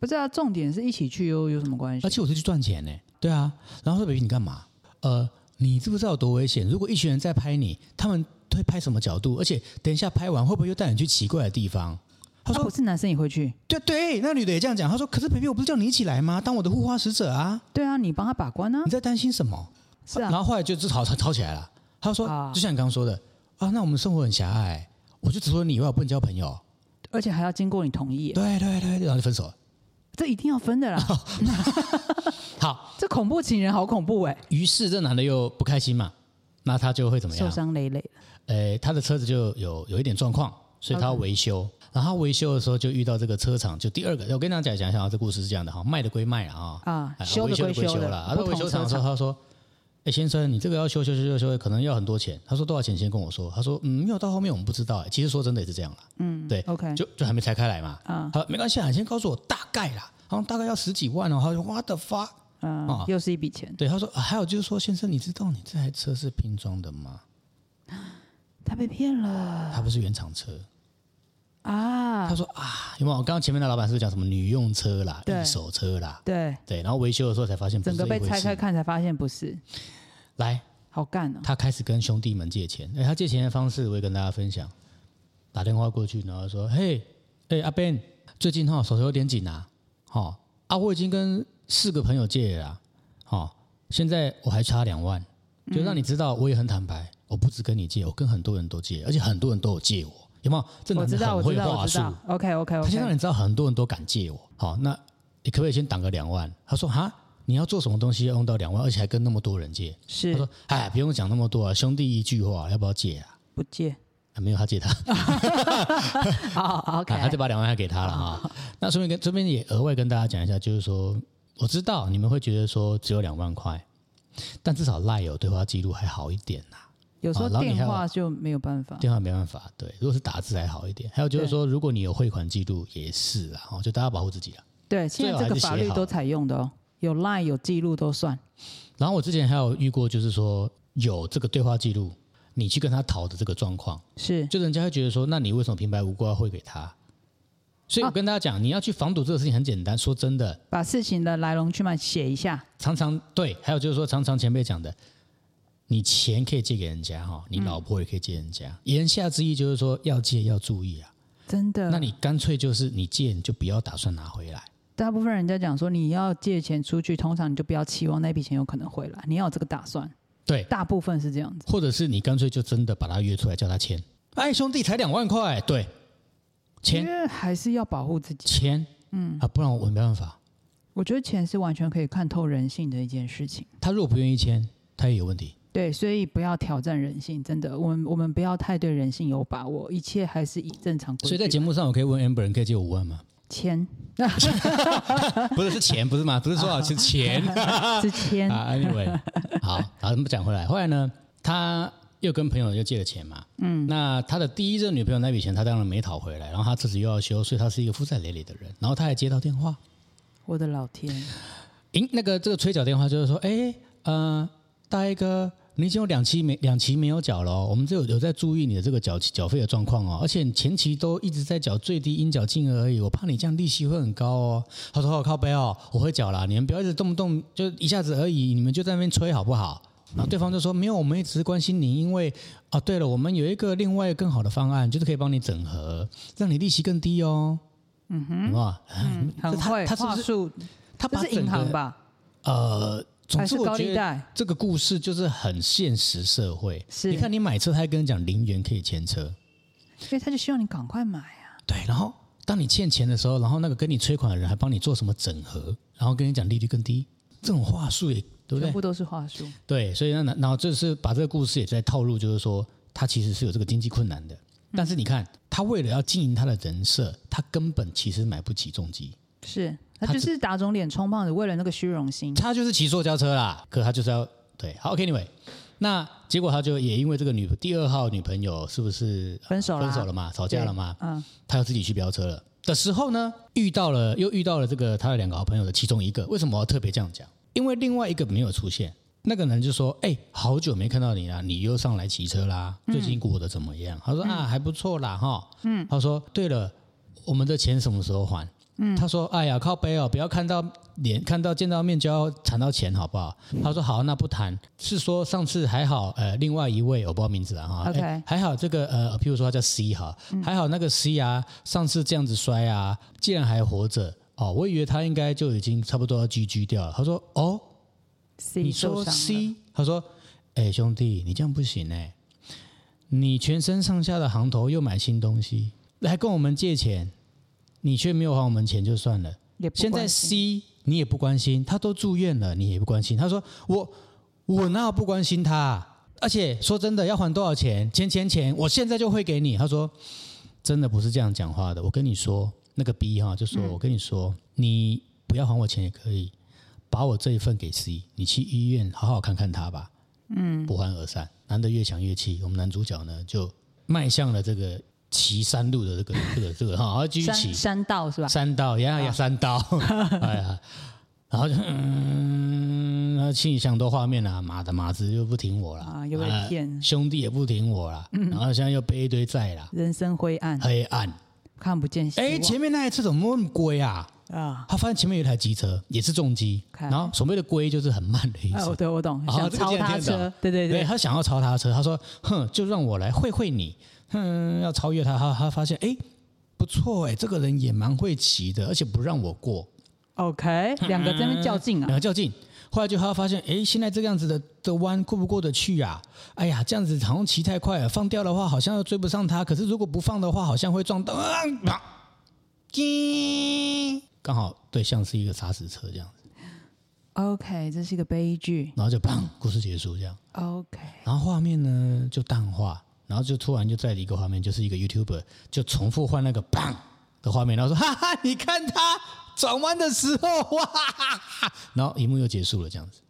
Speaker 2: 不知道重点是一起去又有什么关系
Speaker 1: 而？且我是去赚钱呢、对啊。然后说 baby 你干嘛？呃，你知不知道有多危险？如果一群人在拍你，他们会拍什么角度？而且等一下拍完会不会又带你去奇怪的地方？他
Speaker 2: 他
Speaker 1: 说、
Speaker 2: 啊不是男生也会去，
Speaker 1: 对对，那女的也这样讲。她说可是 baby 我不是叫你一起来吗？当我的护花使者啊，
Speaker 2: 对啊，你帮他把关啊
Speaker 1: 你，在担心什么？
Speaker 2: 是
Speaker 1: 嗯然
Speaker 2: 啊，
Speaker 1: 后后来就就吵吵吵起来了。他说，
Speaker 2: 啊
Speaker 1: 就像你刚刚说的啊，那我们生活很狭隘，我就只说你以外我不能交朋友。
Speaker 2: 而且还要经过你同意，
Speaker 1: 对对对，然后就分手了。
Speaker 2: 这一定要分
Speaker 1: (laughs)
Speaker 2: 的啦。
Speaker 1: 好，
Speaker 2: 这恐怖情人好恐怖哎、
Speaker 1: 于是这男的又不开心嘛，那他就会怎么
Speaker 2: 受
Speaker 1: 样？
Speaker 2: 伤累累。
Speaker 1: 呃，他的车子就有有一点状况，所以他要维修。然后他维修的时候就遇到这个车厂，就第二个，我跟大家讲一下啊，这故事是这样的哈，卖的归卖了啊，
Speaker 2: 啊
Speaker 1: 哎
Speaker 2: 修的
Speaker 1: 维修
Speaker 2: 归
Speaker 1: 修
Speaker 2: 修的
Speaker 1: 了。啊到
Speaker 2: 不
Speaker 1: 维
Speaker 2: 同
Speaker 1: 修厂的时
Speaker 2: 车
Speaker 1: 候，他说：“哎，先生，你这个要修修修修修，可能要很多钱。”他说：“多少钱？”先跟我说。他说：“嗯，没有，到后面我们不知道。”哎，其实说真的也是这样啦。嗯，对
Speaker 2: OK
Speaker 1: 就就还没拆开来嘛。啊，
Speaker 2: 嗯
Speaker 1: 好，没关系啊，你先告诉我大概啦，好像大概要十几万哦。他说：“What the fuck？”
Speaker 2: 嗯、
Speaker 1: 啊
Speaker 2: 又是一笔钱，
Speaker 1: 对，他说、啊还有就是说，先生，你知道你这台车是拼装的吗？
Speaker 2: 他被骗了
Speaker 1: 它不是原厂车。
Speaker 2: 啊
Speaker 1: 他！说啊，因为我刚刚前面的老板是不是讲什么女用车啦、
Speaker 2: 对
Speaker 1: 一手车啦，
Speaker 2: 对，
Speaker 1: 对，然后维修的时候才发现不
Speaker 2: 整
Speaker 1: 是
Speaker 2: 个
Speaker 1: 这
Speaker 2: 被
Speaker 1: 一回
Speaker 2: 拆开
Speaker 1: 事。
Speaker 2: 看才发现不是，
Speaker 1: 来，
Speaker 2: 好干哦、
Speaker 1: 他开始跟兄弟们借钱，哎，他借钱的方式我也跟大家分享，打电话过去，然后说，嘿，哎，阿 Ben，最近哈、手头有点紧啊，哦，啊，我已经跟四个朋友借了啦，哦，现在我还差两万，就让你知道我也很坦白，我不止跟你借，我跟很多人都借，而且很多人都有借我，有没有？这
Speaker 2: 我
Speaker 1: 男
Speaker 2: 知
Speaker 1: 的
Speaker 2: 道，我
Speaker 1: 很
Speaker 2: 知
Speaker 1: 会
Speaker 2: 道，
Speaker 1: 话
Speaker 2: 我知
Speaker 1: 术。
Speaker 2: 道。OK OK
Speaker 1: 他先让
Speaker 2: OK，
Speaker 1: 你知道很多人都敢借我。好，那你可不可以先挡个两万？他说哈，你要做什么东西要用到两万，而且还跟那么多人借？他
Speaker 2: 是
Speaker 1: 说哎，不用讲那么多啊，兄弟一句话，要不要借啊？
Speaker 2: 不借。
Speaker 1: 啊没有，他借他，
Speaker 2: 好好，OK，
Speaker 1: 啊 (laughs) 他就把两万还给他了
Speaker 2: (laughs)
Speaker 1: 啊。那顺便跟这边也额外跟大家讲一下，就是说，我知道你们会觉得说只有两万块，但至少赖有对话记录还好一点呐、
Speaker 2: 有时候
Speaker 1: 啊然后你还
Speaker 2: 电
Speaker 1: 有
Speaker 2: 话就没有办法。
Speaker 1: 电话没办法，对，如果是打字还好一点。还有就是说，如果你有汇款记录也是啦，哦，就大家保护自己啦。
Speaker 2: 对，现
Speaker 1: 最
Speaker 2: 在这
Speaker 1: 好
Speaker 2: 个
Speaker 1: 还是
Speaker 2: 法
Speaker 1: 写
Speaker 2: 律
Speaker 1: 好
Speaker 2: 都采用的哦，有 line 有记录都算。
Speaker 1: 然后我之前还有遇过，就是说有这个对话记录，你去跟他讨的这个状况，
Speaker 2: 是
Speaker 1: 就人家会觉得说，那你为什么平白无故要汇给他？所以我
Speaker 2: 啊
Speaker 1: 跟大家讲，你要去防堵这个事情很简单。说真的，
Speaker 2: 把事情的来龙去脉写一下。
Speaker 1: 常常对，还有就是说，常常前辈讲的，你钱可以借给人家哈，你老婆也可以借人家。言下之意就是说，要借要注意啊。
Speaker 2: 真的，
Speaker 1: 那你干脆就是你借，你就不要打算拿回来。
Speaker 2: 大部分人家讲说你要借钱出去，通常你就不要期望那笔钱有可能回来，你要有这个打算。
Speaker 1: 对，
Speaker 2: 大部分是这样子，
Speaker 1: 或者是你干脆就真的把他约出来，叫他签。哎，兄弟，才两万块，对，签
Speaker 2: 因。为还是要保护自己。
Speaker 1: 钱，嗯啊，不然我没办法。
Speaker 2: 我觉得钱是完全可以看透人性的一件事情。
Speaker 1: 他如果不愿意签，他也有问题。
Speaker 2: 对，所以不要挑战人性，真的，我们我们不要太对人性有把握，一切还是以正常规矩。
Speaker 1: 所以在节目上，我可以问 Amber，你可以借我五万吗？
Speaker 2: 钱 (laughs)
Speaker 1: 不是是钱，不是吗？不是说好是 (laughs) 钱
Speaker 2: 之前，
Speaker 1: (laughs) 啊。Anyway，好，好，我们讲回来。后来呢，他又跟朋友又借了钱嘛。嗯，那他的第一任女朋友那笔钱，他当然没讨回来。然后他自己又要修，所以他是一个负债累累的人。然后他还接到电话，
Speaker 2: 我的老天，
Speaker 1: 咦，那个这个催缴电话就是说，哎，呃，大一哥，你已经有两期没两期没有缴了哦、我们这有有在注意你的这个缴缴费的状况哦，而且你前期都一直在缴最低应缴金额而已，我怕你这样利息会很高哦。他说哦，靠背哦，我会缴啦，你们不要一直动不动就一下子而已，你们就在那边催好不好？
Speaker 2: 嗯
Speaker 1: 然后对方就说没有，我们也只是关心你，因为啊，对了，我们有一个另外更好的方案，就是可以帮你整合，让你利息更低哦。嗯哼，有没有？
Speaker 2: 嗯，很
Speaker 1: 他
Speaker 2: 会
Speaker 1: 他是不
Speaker 2: 话
Speaker 1: 是
Speaker 2: 术，
Speaker 1: 他
Speaker 2: 这
Speaker 1: 把
Speaker 2: 是
Speaker 1: 整
Speaker 2: 银
Speaker 1: 个
Speaker 2: 行吧？
Speaker 1: 呃，总
Speaker 2: 还
Speaker 1: 之
Speaker 2: 是
Speaker 1: 我
Speaker 2: 高
Speaker 1: 觉
Speaker 2: 利
Speaker 1: 得
Speaker 2: 贷？
Speaker 1: 这个故事就是很现实社会。
Speaker 2: 是
Speaker 1: 你看你买车，他还跟你讲零元可以签车，
Speaker 2: 所以他就希望你赶快买啊。
Speaker 1: 对，然后当你欠钱的时候，然后那个跟你催款的人还帮你做什么整合，然后跟你讲利率更低，这种话术也对不
Speaker 2: 全
Speaker 1: 对？
Speaker 2: 部都是话术，
Speaker 1: 对，所以那然后就是把这个故事也在套路，就是说他其实是有这个经济困难的，但是你看他为了要经营他的人设，他根本其实买不起重机，
Speaker 2: 是他
Speaker 1: 他啊
Speaker 2: 就
Speaker 1: 只
Speaker 2: 是打肿脸充胖子，为了那个虚荣心。
Speaker 1: 他就是骑塑胶车啦，可他就是要对好 OK，anyway，、那结果他就也因为这个女第二号女朋友是不是
Speaker 2: 分手啊啦
Speaker 1: 分手了嘛，吵架了嘛，
Speaker 2: 嗯，
Speaker 1: 他要自己去飙车了的时候呢，遇到了又遇到了这个他的两个好朋友的其中一个，为什么我要特别这样讲？因为另外一个没有出现，那个人就说：“哎、好久没看到你啦，你又上来骑车啦，最近过得怎么样？”他说：“啊，还不错啦，哈。”嗯，他说：“对了，我们的钱什么时候还？”嗯，他说：“哎呀，靠背哦，不要看到脸，看到见到面就要谈到钱，好不好？”他说：“好，那不谈。是说上次还好，呃，另外一位我不知道名字了哈
Speaker 2: OK
Speaker 1: 哎还好这个呃，譬如说他叫 C 哈，还好那个 C 啊，上次这样子摔啊，竟然还活着哦，我以为他应该就已经差不多要 GG 掉了。他说：哦，
Speaker 2: ，C
Speaker 1: 你
Speaker 2: 受
Speaker 1: 说
Speaker 2: 伤了
Speaker 1: C？他说：哎、兄弟，你这样不行哎、你全身上下的行头又买新东西，来跟我们借钱，你却没有还我们钱就算了。
Speaker 2: 也不
Speaker 1: 现在
Speaker 2: 关心
Speaker 1: C 你也不关心，他都住院了，你也不关心。他说我我哪有不关心他啊、而且说真的，要还多少钱？钱钱钱，我现在就会给你。他说真的不是这样讲话的。我跟你说，那个 B 哈就说，
Speaker 2: 嗯
Speaker 1: 我跟你说，你不要还我钱也可以，把我这一份给 C，你去医院好好看看他吧。嗯，不欢而散。男的越想越气，我们男主角呢就迈向了这个骑山路的这个这个这个哈，继续
Speaker 2: 山
Speaker 1: 骑。
Speaker 2: 山道是吧？啊
Speaker 1: 三刀，呀呀，三
Speaker 2: (laughs)
Speaker 1: 刀，哎呀，然后就嗯，然后心里想很多画面啊，妈的，马子又不挺我啦，
Speaker 2: 啊又被
Speaker 1: 啊
Speaker 2: 骗嗯
Speaker 1: 兄弟也不挺我啦，然后现在又背一堆债啦，
Speaker 2: 人生灰暗，
Speaker 1: 黑暗，
Speaker 2: 嗯看不见希望。
Speaker 1: 哎，前面那一次怎么那么龟啊？
Speaker 2: 啊，
Speaker 1: 他发现前面有一台机车，也是重机，
Speaker 2: 看
Speaker 1: 然后所谓的龟就是很慢的意
Speaker 2: 哎，我
Speaker 1: 思。
Speaker 2: 对我懂，
Speaker 1: 啊
Speaker 2: 想
Speaker 1: 这个
Speaker 2: 超
Speaker 1: 见得
Speaker 2: 他
Speaker 1: 见得
Speaker 2: 车
Speaker 1: 到，
Speaker 2: 对对
Speaker 1: 对
Speaker 2: 对，
Speaker 1: 他想要超他车，他说：“哼，就让我来会会你。”哼，要超越他，他他发现，哎，不错哎，这个人也蛮会骑的，而且不让我过。
Speaker 2: OK，两个在那边较劲
Speaker 1: 两
Speaker 2: 啊，
Speaker 1: 个较劲。后来就他发现，哎，现在这个样子的的弯过不过得去啊？哎呀，这样子好像骑太快了，放掉的话好像又追不上他，可是如果不放的话，好像会撞到啊！啊叮刚好对象是一个砂石车这样子，嗯
Speaker 2: OK，这是一个悲剧。
Speaker 1: 然后就砰，故事结束这样。
Speaker 2: OK，
Speaker 1: 然后画面呢就淡化，然后就突然就再一个画面，就是一个 YouTuber 就重复换那个砰的画面，然后说哈哈，你看他转弯的时候哇哈哈哈，然后一幕又结束了这样子。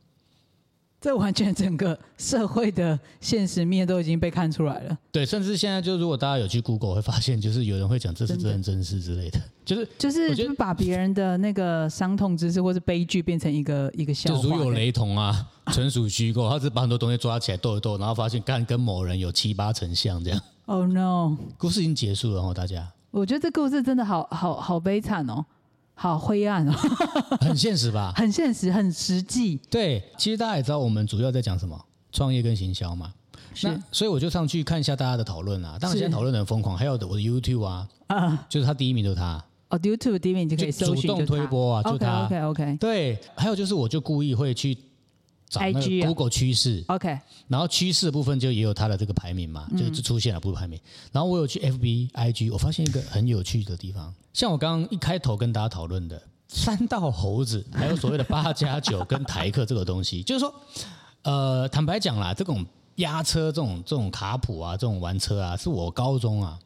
Speaker 2: 这完全整个社会的现实面都已经被看出来了，
Speaker 1: 对，甚至现在就如果大家有去 Google，会发现就是有人会讲这是
Speaker 2: 真的
Speaker 1: 真人真事之类的，就是
Speaker 2: 就是
Speaker 1: 我觉得
Speaker 2: 把别人的那个伤痛之事或是悲剧变成一个一个笑
Speaker 1: 就
Speaker 2: 话。
Speaker 1: 如有雷同啊，纯属虚构。他只把很多东西抓起来斗一斗，然后发现干跟某人有七八成像这样。
Speaker 2: Oh no！
Speaker 1: 故事已经结束了哦，大家
Speaker 2: 我觉得这故事真的好好好悲惨哦，好灰暗哦， (laughs)
Speaker 1: 很现实吧？
Speaker 2: 很现实，很实际。
Speaker 1: 对，其实大家也知道我们主要在讲什么，创业跟行销嘛。那
Speaker 2: 是
Speaker 1: 所以我就上去看一下大家的讨论啊，当然
Speaker 2: 是
Speaker 1: 现在讨论得很疯狂，还有我的 YouTube 啊，
Speaker 2: 啊，
Speaker 1: 就是他第一名就是他，
Speaker 2: 哦，YouTube 里面你就可以
Speaker 1: 就
Speaker 2: 搜
Speaker 1: 主
Speaker 2: 寻
Speaker 1: 动推播啊就它
Speaker 2: OK OK
Speaker 1: (laughs) 对，还有就是我就故意会去找那
Speaker 2: IG
Speaker 1: 个
Speaker 2: 啊
Speaker 1: Google 趋势，
Speaker 2: OK
Speaker 1: 然后趋势的部分就也有它的这个排名嘛，
Speaker 2: 嗯
Speaker 1: 就就出现了部分排名。然后我有去 FB、IG，我发现一个很有趣的地方，像我刚刚一开头跟大家讨论的三道猴子，还有所谓的八加九跟台客这个东西， (laughs) 就是说，呃，坦白讲啦，这种压车、这种这种卡普啊、这种玩车啊，是我高中啊，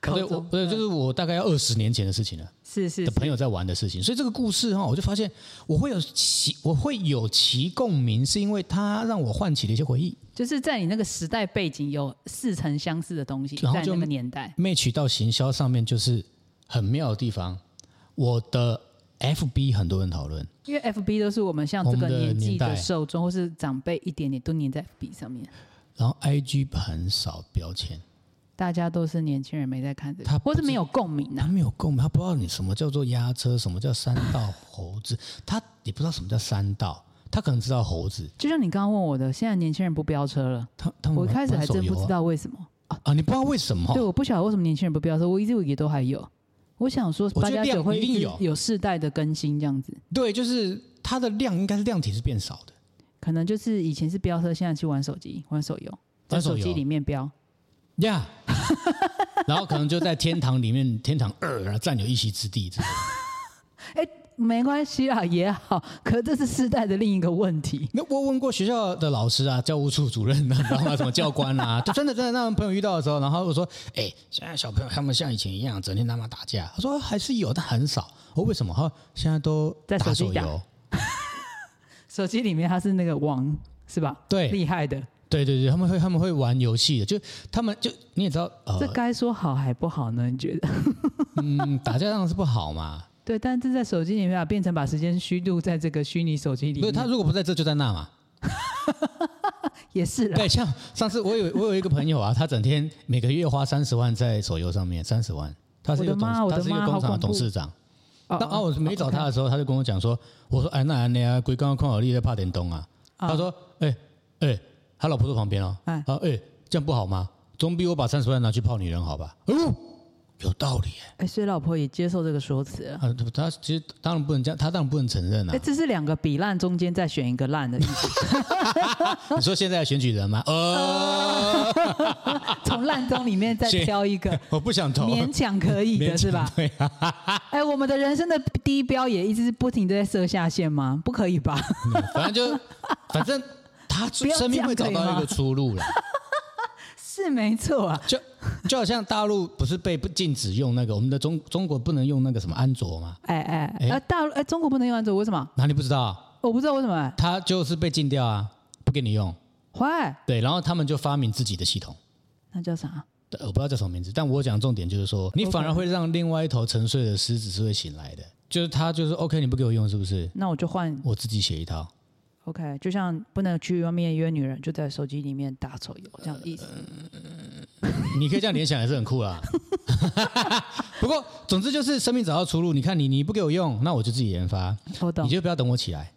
Speaker 2: 高
Speaker 1: 对，我
Speaker 2: 中
Speaker 1: 不是就是我大概要二十年前的事情了。
Speaker 2: 是是
Speaker 1: 的
Speaker 2: 是
Speaker 1: 朋友在玩的事情，所以这个故事哈、我就发现我会有其我会有其共鸣，是因为它让我唤起了一些回忆。
Speaker 2: 就是在你那个时代背景有似曾相似的东西，
Speaker 1: 然后
Speaker 2: 在
Speaker 1: 就
Speaker 2: 那个年代
Speaker 1: match 到行销上面就是很妙的地方。我的 FB 很多人讨论，
Speaker 2: 因为 FB 都是我们像
Speaker 1: 我
Speaker 2: 这
Speaker 1: 们
Speaker 2: 个
Speaker 1: 的
Speaker 2: 年纪
Speaker 1: 年
Speaker 2: 的
Speaker 1: 代
Speaker 2: 受众或是长辈一点点都黏在 FB 上面，
Speaker 1: 然后 IG 很少标签，
Speaker 2: 大家都是年轻人没在看这个
Speaker 1: 他，
Speaker 2: 或
Speaker 1: 不
Speaker 2: 是没
Speaker 1: 知
Speaker 2: 有共鸣
Speaker 1: 他
Speaker 2: 啊。
Speaker 1: 没有共鸣，他不知道你什么叫做压车，什么叫三道猴子，他也不知道什么叫三道，他可能知道猴子，
Speaker 2: 就像你刚刚问我的，现在年轻人不飙车了，
Speaker 1: 他他们
Speaker 2: 我一开始还真不
Speaker 1: 玩手
Speaker 2: 知
Speaker 1: 游啊
Speaker 2: 道为什么。
Speaker 1: 啊，你不知道为什么
Speaker 2: 对，？我不晓得为什么年轻人不飙车，我一直以为都还有。我想说，
Speaker 1: 我
Speaker 2: 八
Speaker 1: 觉得
Speaker 2: 加九
Speaker 1: 量
Speaker 2: 会
Speaker 1: 一定
Speaker 2: 直
Speaker 1: 有
Speaker 2: 有世代的更新这样子，
Speaker 1: 对，就是它的量应该是量体是变少的，
Speaker 2: 可能就是以前是飙车，现在去玩手机、玩手游，在
Speaker 1: 玩手
Speaker 2: 手机
Speaker 1: 游
Speaker 2: 里面飙。
Speaker 1: 呀、然后可能就在天堂里面，天堂二然后占有一席之地之类的
Speaker 2: 没关系啊，也好， (laughs) 可这是世代的另一个问题。
Speaker 1: 那我问过学校的老师啊，教务处主任啊，然后什么教官
Speaker 2: (laughs)
Speaker 1: 啊，就真的真的让朋友遇到的时候，然后我说，哎、现在小朋友他们像以前一样整天他妈打架，他说还是有，但很少。我说为什么？他说现在都
Speaker 2: 在手
Speaker 1: 打
Speaker 2: 机
Speaker 1: 手
Speaker 2: 打
Speaker 1: 游，
Speaker 2: 手机里面它是那个网是吧？
Speaker 1: 对呃
Speaker 2: 厉害的，
Speaker 1: 对对对，他们会他们会玩游戏的，就他们就你也知道，
Speaker 2: 这
Speaker 1: 呃，
Speaker 2: 该说好还不好呢？你觉得？
Speaker 1: 嗯，打架当然是不好嘛，
Speaker 2: 对，但是在手机里面啊，变成把时间虚度在这个虚拟手机里
Speaker 1: 所以
Speaker 2: 面，
Speaker 1: 他如果不在这就在那嘛。
Speaker 2: 也是啦。
Speaker 1: 对，像上次我有我有一个朋友啊，他整天每个月花三十万在手游上面，三十万，他是一个
Speaker 2: 我的
Speaker 1: 董
Speaker 2: 妈
Speaker 1: 事，
Speaker 2: 我
Speaker 1: 他
Speaker 2: 的
Speaker 1: 是一个
Speaker 2: 妈
Speaker 1: 工
Speaker 2: 好
Speaker 1: 厂的
Speaker 2: 恐
Speaker 1: 董
Speaker 2: 怖
Speaker 1: 事长。
Speaker 2: 哦
Speaker 1: 那啊，我没找他
Speaker 2: 哦
Speaker 1: 的时候，他就跟我讲说，我说哎，那安那啊，龟刚刚看好力在怕点东啊。
Speaker 2: 啊
Speaker 1: 他说，哎、哎、他老婆在旁边哦。
Speaker 2: 哎
Speaker 1: 他说哎、这样不好吗？总比我把三十万拿去泡女人好吧？哦，有道理耶、
Speaker 2: 哎，所以老婆也接受这个说辞了。
Speaker 1: 啊，对他其实当然不能这样，他当然不能承认
Speaker 2: 哎，
Speaker 1: 啊。
Speaker 2: 这是两个比烂中间再选一个烂的意思，
Speaker 1: 你说现在的选举人吗？呃，
Speaker 2: 从烂中里面再挑一个
Speaker 1: 我不想投，
Speaker 2: 勉强可以
Speaker 1: 勉
Speaker 2: 的
Speaker 1: 强
Speaker 2: 是吧？
Speaker 1: 对啊，
Speaker 2: 哎，我们的人生的第一标也一直是不停的在设下限吗？不可以吧？ (laughs)
Speaker 1: 反正就反正他
Speaker 2: 不要
Speaker 1: 生命会
Speaker 2: 这
Speaker 1: 找
Speaker 2: 样可以
Speaker 1: 到一
Speaker 2: 吗
Speaker 1: 个出路啦。
Speaker 2: 是没错啊，
Speaker 1: 就就好像大陆不是被不禁止用那个我们的中中国不能用那个什么安卓吗？
Speaker 2: 哎哎，
Speaker 1: 哎
Speaker 2: 呃，大陆哎，中国不能用安卓，为什么？
Speaker 1: 哪里不知道啊？
Speaker 2: 我不知道为什么。
Speaker 1: 他就是被禁掉啊，不给你用。
Speaker 2: 坏，
Speaker 1: 对，然后他们就发明自己的系统。
Speaker 2: 那叫啥？
Speaker 1: 呃我不知道叫什么名字，但我讲的重点就是说，你反而会让另外一头沉睡的狮子是会醒来的。就是他就是 OK，你不给我用是不是？
Speaker 2: 那我就换
Speaker 1: 我自己写一套。
Speaker 2: OK，就像不能去外面约女人，就在手机里面打手游这样的意思。
Speaker 1: 你可以这样联想也是很酷啦。 (laughs) 不过总之就是生命找到出路。你看你你不给我用，那我就自己研发，
Speaker 2: 我懂
Speaker 1: 你就不要等我起来。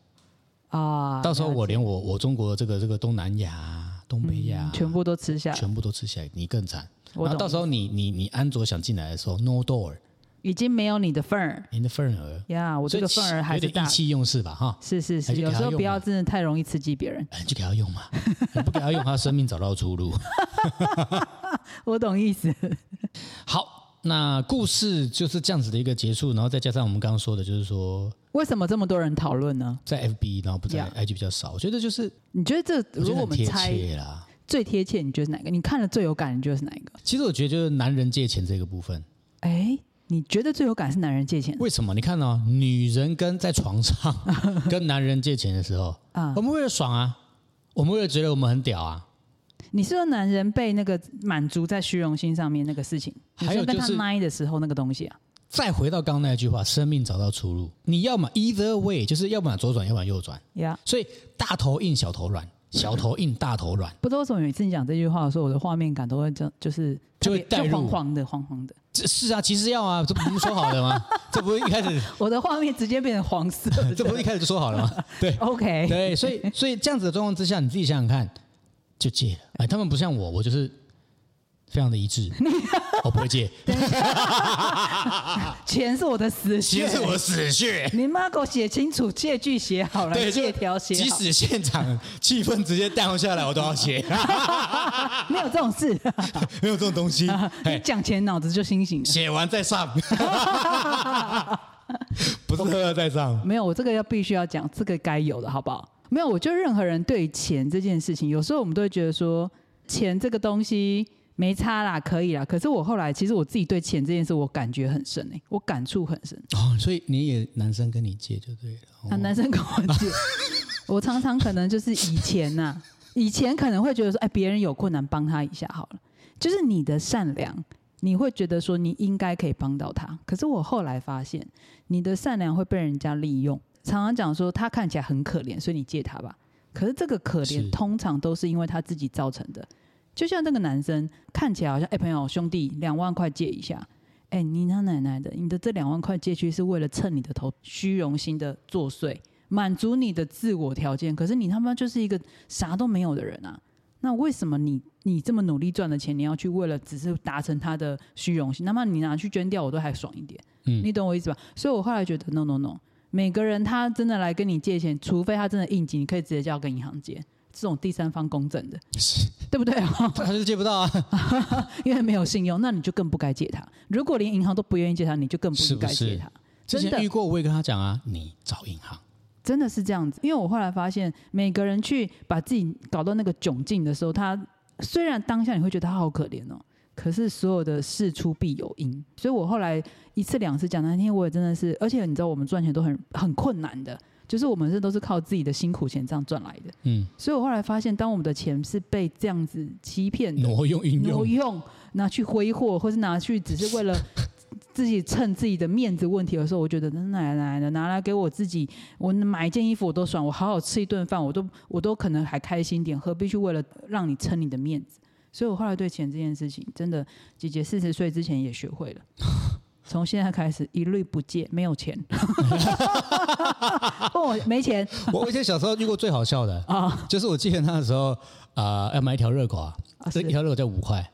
Speaker 2: 啊，
Speaker 1: 呃到时候
Speaker 2: 了
Speaker 1: 我
Speaker 2: 解
Speaker 1: 连我我中国这个这个东南亚、东北亚、
Speaker 2: 全部都吃下来，
Speaker 1: 全部都吃下来，你更惨。然
Speaker 2: 我
Speaker 1: 后
Speaker 2: 懂
Speaker 1: 到时候你你你安卓想进来的时候，no door，
Speaker 2: 已经没有你的份儿
Speaker 1: 你的份额，
Speaker 2: 呀。我这个份儿还
Speaker 1: 有
Speaker 2: 是
Speaker 1: 点
Speaker 2: 大
Speaker 1: 意，气用事吧，哈，
Speaker 2: 是是
Speaker 1: 还是
Speaker 2: 是，
Speaker 1: 给
Speaker 2: 有
Speaker 1: 他
Speaker 2: 时候
Speaker 1: 用啊
Speaker 2: 不要
Speaker 1: 嘛
Speaker 2: 真的太容易刺激别人。
Speaker 1: 哎你就给他用嘛， (laughs) 你不给他用，他生命找到出路。 (laughs)
Speaker 2: 我懂意思，
Speaker 1: 好，那故事就是这样子的一个结束，然后再加上我们刚刚说的，就是说
Speaker 2: 为什么这么多人讨论呢？
Speaker 1: 在 FB，然后不在
Speaker 2: Yeah
Speaker 1: IG 比较少，我觉得就是
Speaker 2: 你觉得这
Speaker 1: 我觉
Speaker 2: 如
Speaker 1: 得
Speaker 2: 果我
Speaker 1: 很
Speaker 2: 们
Speaker 1: 贴
Speaker 2: 猜
Speaker 1: 切啦。
Speaker 2: 最贴切，你觉得是哪个？你看了最有感，你觉得是哪一个？
Speaker 1: 其实我觉得就是男人借钱这个部分，
Speaker 2: 哎，你觉得最有感是男人借钱
Speaker 1: 为什么？你看哦，女人跟在床上 (laughs) 跟男人借钱的时
Speaker 2: (laughs)
Speaker 1: 候，
Speaker 2: 啊
Speaker 1: 我？们为了爽啊，我们为了觉得我们很屌啊，
Speaker 2: 你是说男人被那个满足在虚荣心上面那个事情？你
Speaker 1: 还有
Speaker 2: 说跟
Speaker 1: 就
Speaker 2: 他
Speaker 1: 是
Speaker 2: 奶的时候那个东西啊？
Speaker 1: 再回到刚刚那句话，生命找到出路。你要么 either way，就是要么左转，要么右转。
Speaker 2: 呀、
Speaker 1: 所以大头硬小头软，小头硬大头软，
Speaker 2: 不知道为什么每次你讲这句话的时候，我的画面感都会这样，就是
Speaker 1: 就会
Speaker 2: 特别
Speaker 1: 带入
Speaker 2: 黄黄的、黄黄的，
Speaker 1: 这是啊，其实要啊，这不是说好的吗？ (laughs) 这不是一开始，
Speaker 2: 我的画面直接变成
Speaker 1: (laughs)
Speaker 2: 黄色的。
Speaker 1: 这不是一开始就说好了吗？对
Speaker 2: OK，
Speaker 1: 对，所以所以这样子的状况之下，你自己想想看，就借了。哎，他们不像我，我就是非常的一
Speaker 2: (laughs)
Speaker 1: 致，我不会借，
Speaker 2: 钱是我的死
Speaker 1: 其
Speaker 2: 穴
Speaker 1: 实，是我的死穴。
Speaker 2: 你妈给我写清楚，借据写好了，
Speaker 1: 对，就
Speaker 2: 借条啊写
Speaker 1: 即
Speaker 2: 好，
Speaker 1: 使现场气氛直接淡下来，我都要写，
Speaker 2: 没有这种事。
Speaker 1: (laughs) 没有这种东西。
Speaker 2: (laughs) 你
Speaker 1: 哎，
Speaker 2: 讲钱脑子就清醒了。
Speaker 1: 写完再 (laughs) 上，不是喝了再上。
Speaker 2: 没有，我这个要必须要讲，这个该有的好不好？没有，我觉得任何人对钱这件事情，有时候我们都会觉得说，钱这个东西没差啦，可以啦。可是我后来其实我自己对钱这件事，我感觉很深诶、欸我感触很深。
Speaker 1: 哦，所以你也男生跟你借就对了。哦
Speaker 2: 啊，男生跟我借，我常常可能就是以前呐、以前可能会觉得说，哎，别人有困难帮他一下好了，就是你的善良，你会觉得说你应该可以帮到他。可是我后来发现，你的善良会被人家利用。常常讲说他看起来很可怜，所以你借他吧。可是这个可
Speaker 1: 是
Speaker 2: 怜通常都是因为他自己造成的。就像这个男生看起来好像，哎、朋友兄弟，两万块借一下，哎、你他奶奶的，你的这两万块借去是为了蹭你的头，虚荣心的作祟，满足你的自我条件。可是你他妈就是一个啥都没有的人啊！那为什么你你这么努力赚的钱，你要去为了只是达成他的虚荣心？那么你拿去捐掉，我都还爽一点。
Speaker 1: 嗯
Speaker 2: 你懂我意思吧？所以我后来觉得，no no no，每个人他真的来跟你借钱，除非他真的应急，你可以直接叫跟银行借。这种第三方公证的，对不对、 (laughs)
Speaker 1: 他就是借不到啊，
Speaker 2: 因为没有信用，那你就更不该借他。如果连银行都不愿意借他，你就更不应该借他。
Speaker 1: 之
Speaker 2: 真的
Speaker 1: 前遇过，我也跟他讲啊，你找银行。
Speaker 2: 真的是这样子，因为我后来发现，每个人去把自己搞到那个窘境的时候，他虽然当下你会觉得他好可怜哦，可是所有的事出必有因，所以我后来一次两次讲难听，我也真的是，而且你知道我们赚钱都很很困难的，就是我们这都是靠自己的辛苦钱这样赚来的，
Speaker 1: 嗯，
Speaker 2: 所以我后来发现，当我们的钱是被这样子欺骗的，
Speaker 1: 嗯挪用运
Speaker 2: 挪
Speaker 1: 用，
Speaker 2: 用拿去挥霍，或是拿去只是
Speaker 1: (laughs)
Speaker 2: 为了自己蹭自己的面子问题的时候，我觉得哪来来的拿来给我自己，我买一件衣服我都爽，我好好吃一顿饭我都我都可能还开心点，何必去为了让你撑你的面子？所以我后来对钱这件事情，真的姐姐四十岁之前也学
Speaker 1: (laughs)
Speaker 2: 会了。从现在开始，一律不借，没有钱。问我没钱
Speaker 1: 我我以前小时候遇过最好笑的，
Speaker 2: (laughs) 啊、
Speaker 1: 就是我记得那时候啊、呃要买一条热狗啊，
Speaker 2: 啊
Speaker 1: 这
Speaker 2: 是
Speaker 1: 一条热狗在五块，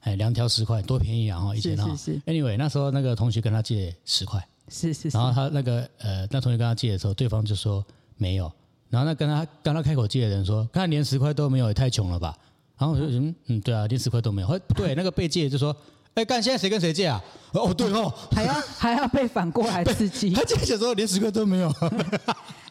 Speaker 1: 哎，两条十块，多便宜啊！哈，以前哈
Speaker 2: 是是是
Speaker 1: ，anyway，那时候那个同学跟他借十块，
Speaker 2: 是是是
Speaker 1: 然，后他那个呃，那同学跟他借的时候，对方就说没有，然后那跟他刚他开口借的人说，看连十块都没有，也太穷了吧？然后我就嗯嗯，对啊，连十块都没有，后来不对，那个被借的就说，哎，干现在谁跟谁借啊？哦，对哦，
Speaker 2: 还要还要被反过来刺激
Speaker 1: 他。借的时候连十块都没有，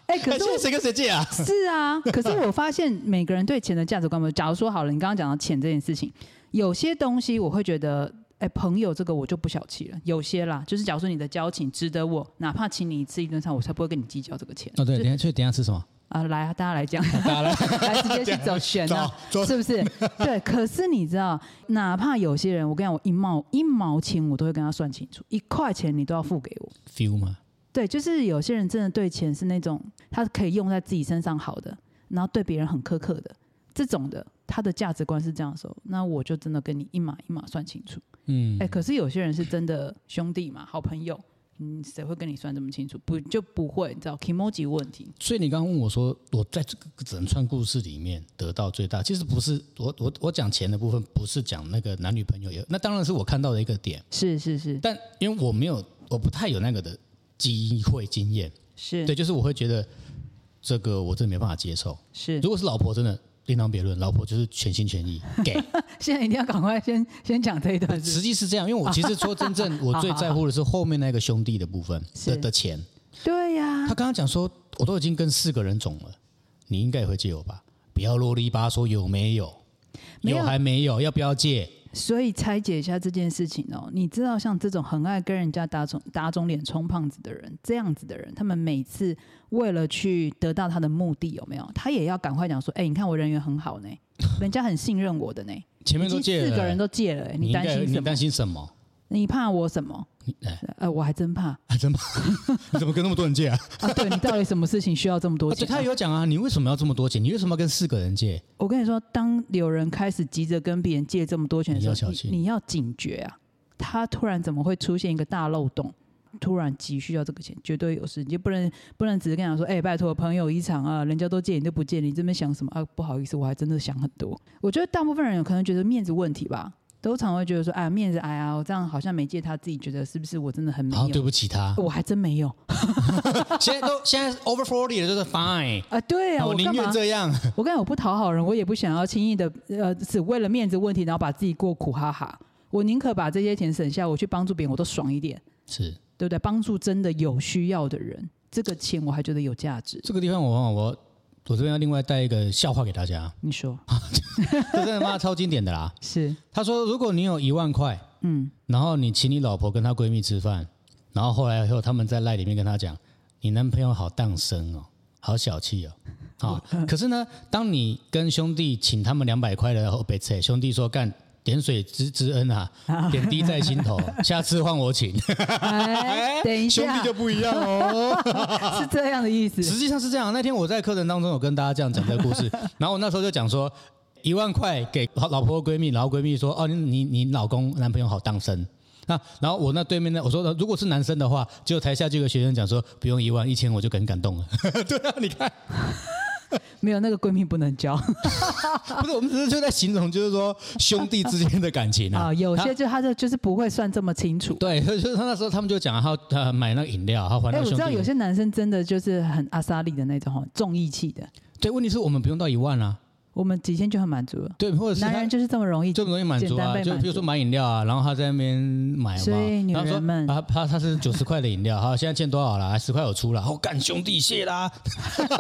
Speaker 2: 哎，可
Speaker 1: 哎，
Speaker 2: 是
Speaker 1: 现在
Speaker 2: 我
Speaker 1: 谁跟谁借啊？
Speaker 2: 是啊，
Speaker 1: (laughs)
Speaker 2: 可是我发现每个人对钱的价值观不同。假如说好了，你刚刚讲到钱这件事情，有些东西我会觉得，哎，朋友这个我就不小气了。有些啦，就是假如说你的交情值得我，哪怕请你吃一顿饭，我才不会跟你计较这个钱。
Speaker 1: 哦，对，
Speaker 2: 就
Speaker 1: 等一下去等一下吃什么？
Speaker 2: 啊，来啊，大家来讲，
Speaker 1: (laughs) 大家来
Speaker 2: 来直接去走选啊，
Speaker 1: 走走
Speaker 2: 是
Speaker 1: (laughs)
Speaker 2: 不是？对。可是你知道，哪怕有些人，我跟你讲，我一毛一毛钱我都会跟他算清楚，一块钱你都要付给我。
Speaker 1: feel 吗？
Speaker 2: 对，就是有些人真的对钱是那种他可以用在自己身上好的，然后对别人很苛刻的这种的，他的价值观是这样的时候，那我就真的跟你一码一码算清楚。
Speaker 1: 嗯
Speaker 2: 哎、，可是有些人是真的兄弟嘛，好朋友，嗯，谁会跟你算这么清楚？不就不会，你知道 k i m o j i 问题。
Speaker 1: 所以你刚刚问我说，我在这个整串故事里面得到最大，其实不是我我我讲钱的部分，不是讲那个男女朋友，也那当然是我看到的一个点，
Speaker 2: 是是是
Speaker 1: 但因为我没有，我不太有那个的机会经验，
Speaker 2: 是
Speaker 1: 对，就是我会觉得这个我真的没办法接受。
Speaker 2: 是，
Speaker 1: 如果是老婆，真的另当别论，老婆就是全心全
Speaker 2: (laughs)
Speaker 1: 意给，
Speaker 2: 现在一定要赶快先先讲这一段是
Speaker 1: 实际是这样，因为我其实说真正我最在乎的是后面那个兄弟的部分
Speaker 2: (laughs) 是
Speaker 1: 的的钱，
Speaker 2: 不是。对呀、
Speaker 1: 他刚刚讲说，我都已经跟四个人总了，你应该也会借我吧？不要啰里吧嗦，有没有？
Speaker 2: 没有
Speaker 1: 还没有？要不要借？
Speaker 2: 所以拆解一下这件事情哦，你知道像这种很爱跟人家打肿打肿脸充胖子的人，这样子的人，他们每次为了去得到他的目的，有没有？他也要赶快讲说，哎、你看我人缘很好
Speaker 1: (laughs)
Speaker 2: 呢，人家很信任我的呢，
Speaker 1: 前面
Speaker 2: 已
Speaker 1: 都
Speaker 2: 经
Speaker 1: 借了，欸
Speaker 2: 四个人都戒了、哎
Speaker 1: 你应
Speaker 2: 担
Speaker 1: 该
Speaker 2: 心
Speaker 1: 你
Speaker 2: 什么
Speaker 1: 担？心什么？ (laughs)
Speaker 2: 你怕我什么？
Speaker 1: 你哎，
Speaker 2: 呃，我还真怕啊！
Speaker 1: 啊真的？你怎么跟那么多人借啊？
Speaker 2: 对你到底什么事情需要这么多
Speaker 1: (laughs) 啊对
Speaker 2: 钱啊、
Speaker 1: 他有讲啊，你为什么要这么多钱？你为什么要跟四个人借？
Speaker 2: 我跟你说，当有人开始急着跟别人借这么多钱的时
Speaker 1: 你要
Speaker 2: 候，
Speaker 1: 小
Speaker 2: 你
Speaker 1: 心
Speaker 2: 你要警觉啊！他突然怎么会出现一个大漏洞？突然急需要这个钱，绝对有事。你就不能不能只是跟他说：“哎、拜托，朋友一场啊，人家都借你都不借，你这边想什么啊？”不好意思，我还真的想很多。我觉得大部分人有可能觉得面子问题吧，都常会觉得说：“哎，面子，哎呀，我这样好像没借他，自己觉得是不是我真的很没
Speaker 1: 然后
Speaker 2: 有？”
Speaker 1: 啊对不起
Speaker 2: (laughs)
Speaker 1: 他，
Speaker 2: 我还真没有
Speaker 1: 现在都现在 over forty 了，就是 fine。
Speaker 2: 啊，对啊，
Speaker 1: 我宁
Speaker 2: 干嘛
Speaker 1: 愿这
Speaker 2: (laughs)
Speaker 1: 样，
Speaker 2: 我跟你讲，我不讨好人，我也不想要轻易的，呃，只为了面子问题，然后把自己过苦哈哈。我宁可把这些钱省下，我去帮助别人，我都爽一点，
Speaker 1: 是
Speaker 2: 对不对？帮助真的有需要的人，这个钱我还觉得有价值。
Speaker 1: 这个地方我我我这边要另外带一个笑话给大家，
Speaker 2: 你说
Speaker 1: 这真的妈超经典的啦。
Speaker 2: 是？
Speaker 1: 他说，如果你有一万块，
Speaker 2: 嗯，
Speaker 1: 然后你请你老婆跟她闺蜜吃饭，然后后来以后他们在赖里面跟她讲，你男朋友好当生哦，好小气哦，啊、 (laughs) 可是呢，当你跟兄弟请他们两百块的后被扯，兄弟说干点水之之恩
Speaker 2: (laughs)
Speaker 1: 啊，点滴在心头，下次换我请， (laughs)
Speaker 2: 哎，等一
Speaker 1: 兄
Speaker 2: 下
Speaker 1: 弟，就不一样哦。
Speaker 2: 是这样的意思。
Speaker 1: 实际上是这样，那天我在课程当中有跟大家这样讲这个故事，
Speaker 2: (laughs)
Speaker 1: 然后我那时候就讲说。一万块给老婆闺蜜，然后闺蜜说：“哦，你你你老公男朋友好当生。”那然后我那对面呢，我说呃如果是男生的话，就台下就有个学生讲说：“不用一万，一千我就很感动
Speaker 2: (laughs)
Speaker 1: 了。”对啊，你看，
Speaker 2: 没有那个闺蜜不
Speaker 1: (laughs)
Speaker 2: 能交
Speaker 1: 不是我们只是就在形容，就是说兄弟之间的感情啊。
Speaker 2: 啊，有
Speaker 1: 他
Speaker 2: 些就他的就是不会算这么清楚。
Speaker 1: 对，就是他那时候他们就讲他他买那个饮料，他还
Speaker 2: 哎，
Speaker 1: 那
Speaker 2: 我
Speaker 1: 兄
Speaker 2: 知道
Speaker 1: 弟
Speaker 2: 有。些男生真的就是很阿莎利的那种，哦重义气的，
Speaker 1: 对，问题是我们不用到一万啊，
Speaker 2: 我们几天就很满足了。
Speaker 1: 对，或者是
Speaker 2: 男
Speaker 1: 他
Speaker 2: 人就是这么容易
Speaker 1: 就容易满足
Speaker 2: 简单
Speaker 1: 啊，
Speaker 2: 被
Speaker 1: 就
Speaker 2: 满足
Speaker 1: 比如说买饮料啊，然后他在那边买嘛，
Speaker 2: 所以女
Speaker 1: 然后说
Speaker 2: 人们
Speaker 1: 啊，他他是九十块的饮料，好，现在欠多少啦？十块我出了，好干兄弟谢啦，
Speaker 2: (laughs)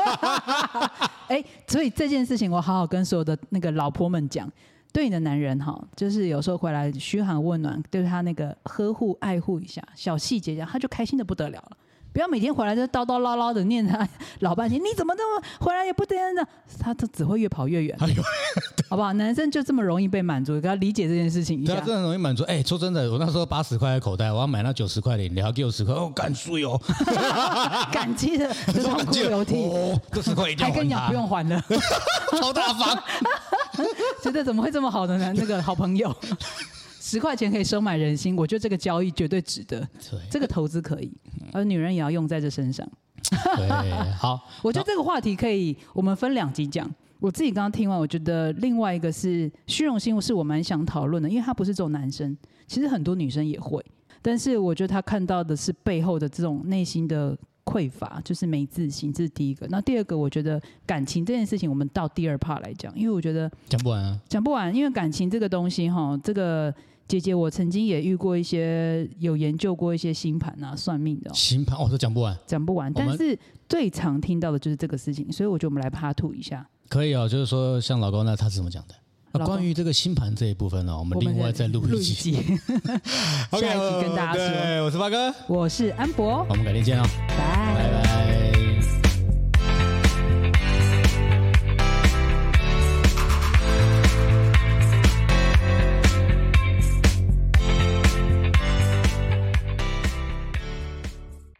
Speaker 2: 哎、所以这件事情我好好跟所有的那个老婆们讲，对你的男人哈，就是有时候回来嘘寒问暖，对他那个呵护爱护一下，小细节讲，他就开心的不得了了。不要每天回来就叨叨唠唠的念他 (laughs) 老半天，你怎么那么回来也不怎样的，他这只会越跑越远，
Speaker 1: 哎呦，
Speaker 2: 好不好？男生就这么容易被满足，给他理解这件事情一
Speaker 1: 对啊，
Speaker 2: 下
Speaker 1: 真。的很容易满足。哎，说真的，我那时候八十块的口袋，我要买那九十块的饮料，给我十块，哦，干碎哦，
Speaker 2: 感
Speaker 1: (laughs)
Speaker 2: 激的痛哭流涕，
Speaker 1: 哦，这十块一定
Speaker 2: 还
Speaker 1: 要
Speaker 2: 跟你
Speaker 1: 还
Speaker 2: 讲
Speaker 1: 他，
Speaker 2: 不用还了，
Speaker 1: (laughs) 超大方。
Speaker 2: (laughs) 觉得怎么会这么好的呢？那个好朋友， (laughs) 十块钱可以收买人心，我觉得这个交易绝对值得。
Speaker 1: 对
Speaker 2: 这个投资可以，而女人也要用在这身上。
Speaker 1: 对，好，
Speaker 2: 我觉得这个话题可以，我们分两集讲。我自己刚刚听完，我觉得另外一个是虚荣心，是我蛮想讨论的，因为它不是只有男生，其实很多女生也会，但是我觉得他看到的是背后的这种内心的匮乏，就是没自信，这是第一个。那第二个，我觉得感情这件事情，我们到第二 part 来讲，因为我觉得
Speaker 1: 讲不
Speaker 2: (laughs)
Speaker 1: 完啊。
Speaker 2: 讲不完，因为感情这个东西哈，这个姐姐我曾经也遇过一些有研究过一些星盘啊、算命的、哦，
Speaker 1: 星盘哦，都讲不完，
Speaker 2: 讲不完。
Speaker 1: 我们
Speaker 2: 但是最常听到的就是这个事情，所以我觉得我们来趴吐一下。
Speaker 1: 可以哦。就是说，像老高那他是怎么讲的？那
Speaker 2: 老高
Speaker 1: 关于这个星盘这一部分哦呢、我们
Speaker 2: 我
Speaker 1: 另外再录
Speaker 2: 录
Speaker 1: 一
Speaker 2: 一
Speaker 1: 集，
Speaker 2: 集，下一集跟大家说
Speaker 1: 对，我是八哥，
Speaker 2: (laughs) 我是安博，
Speaker 1: 我们改天见哦。
Speaker 2: 拜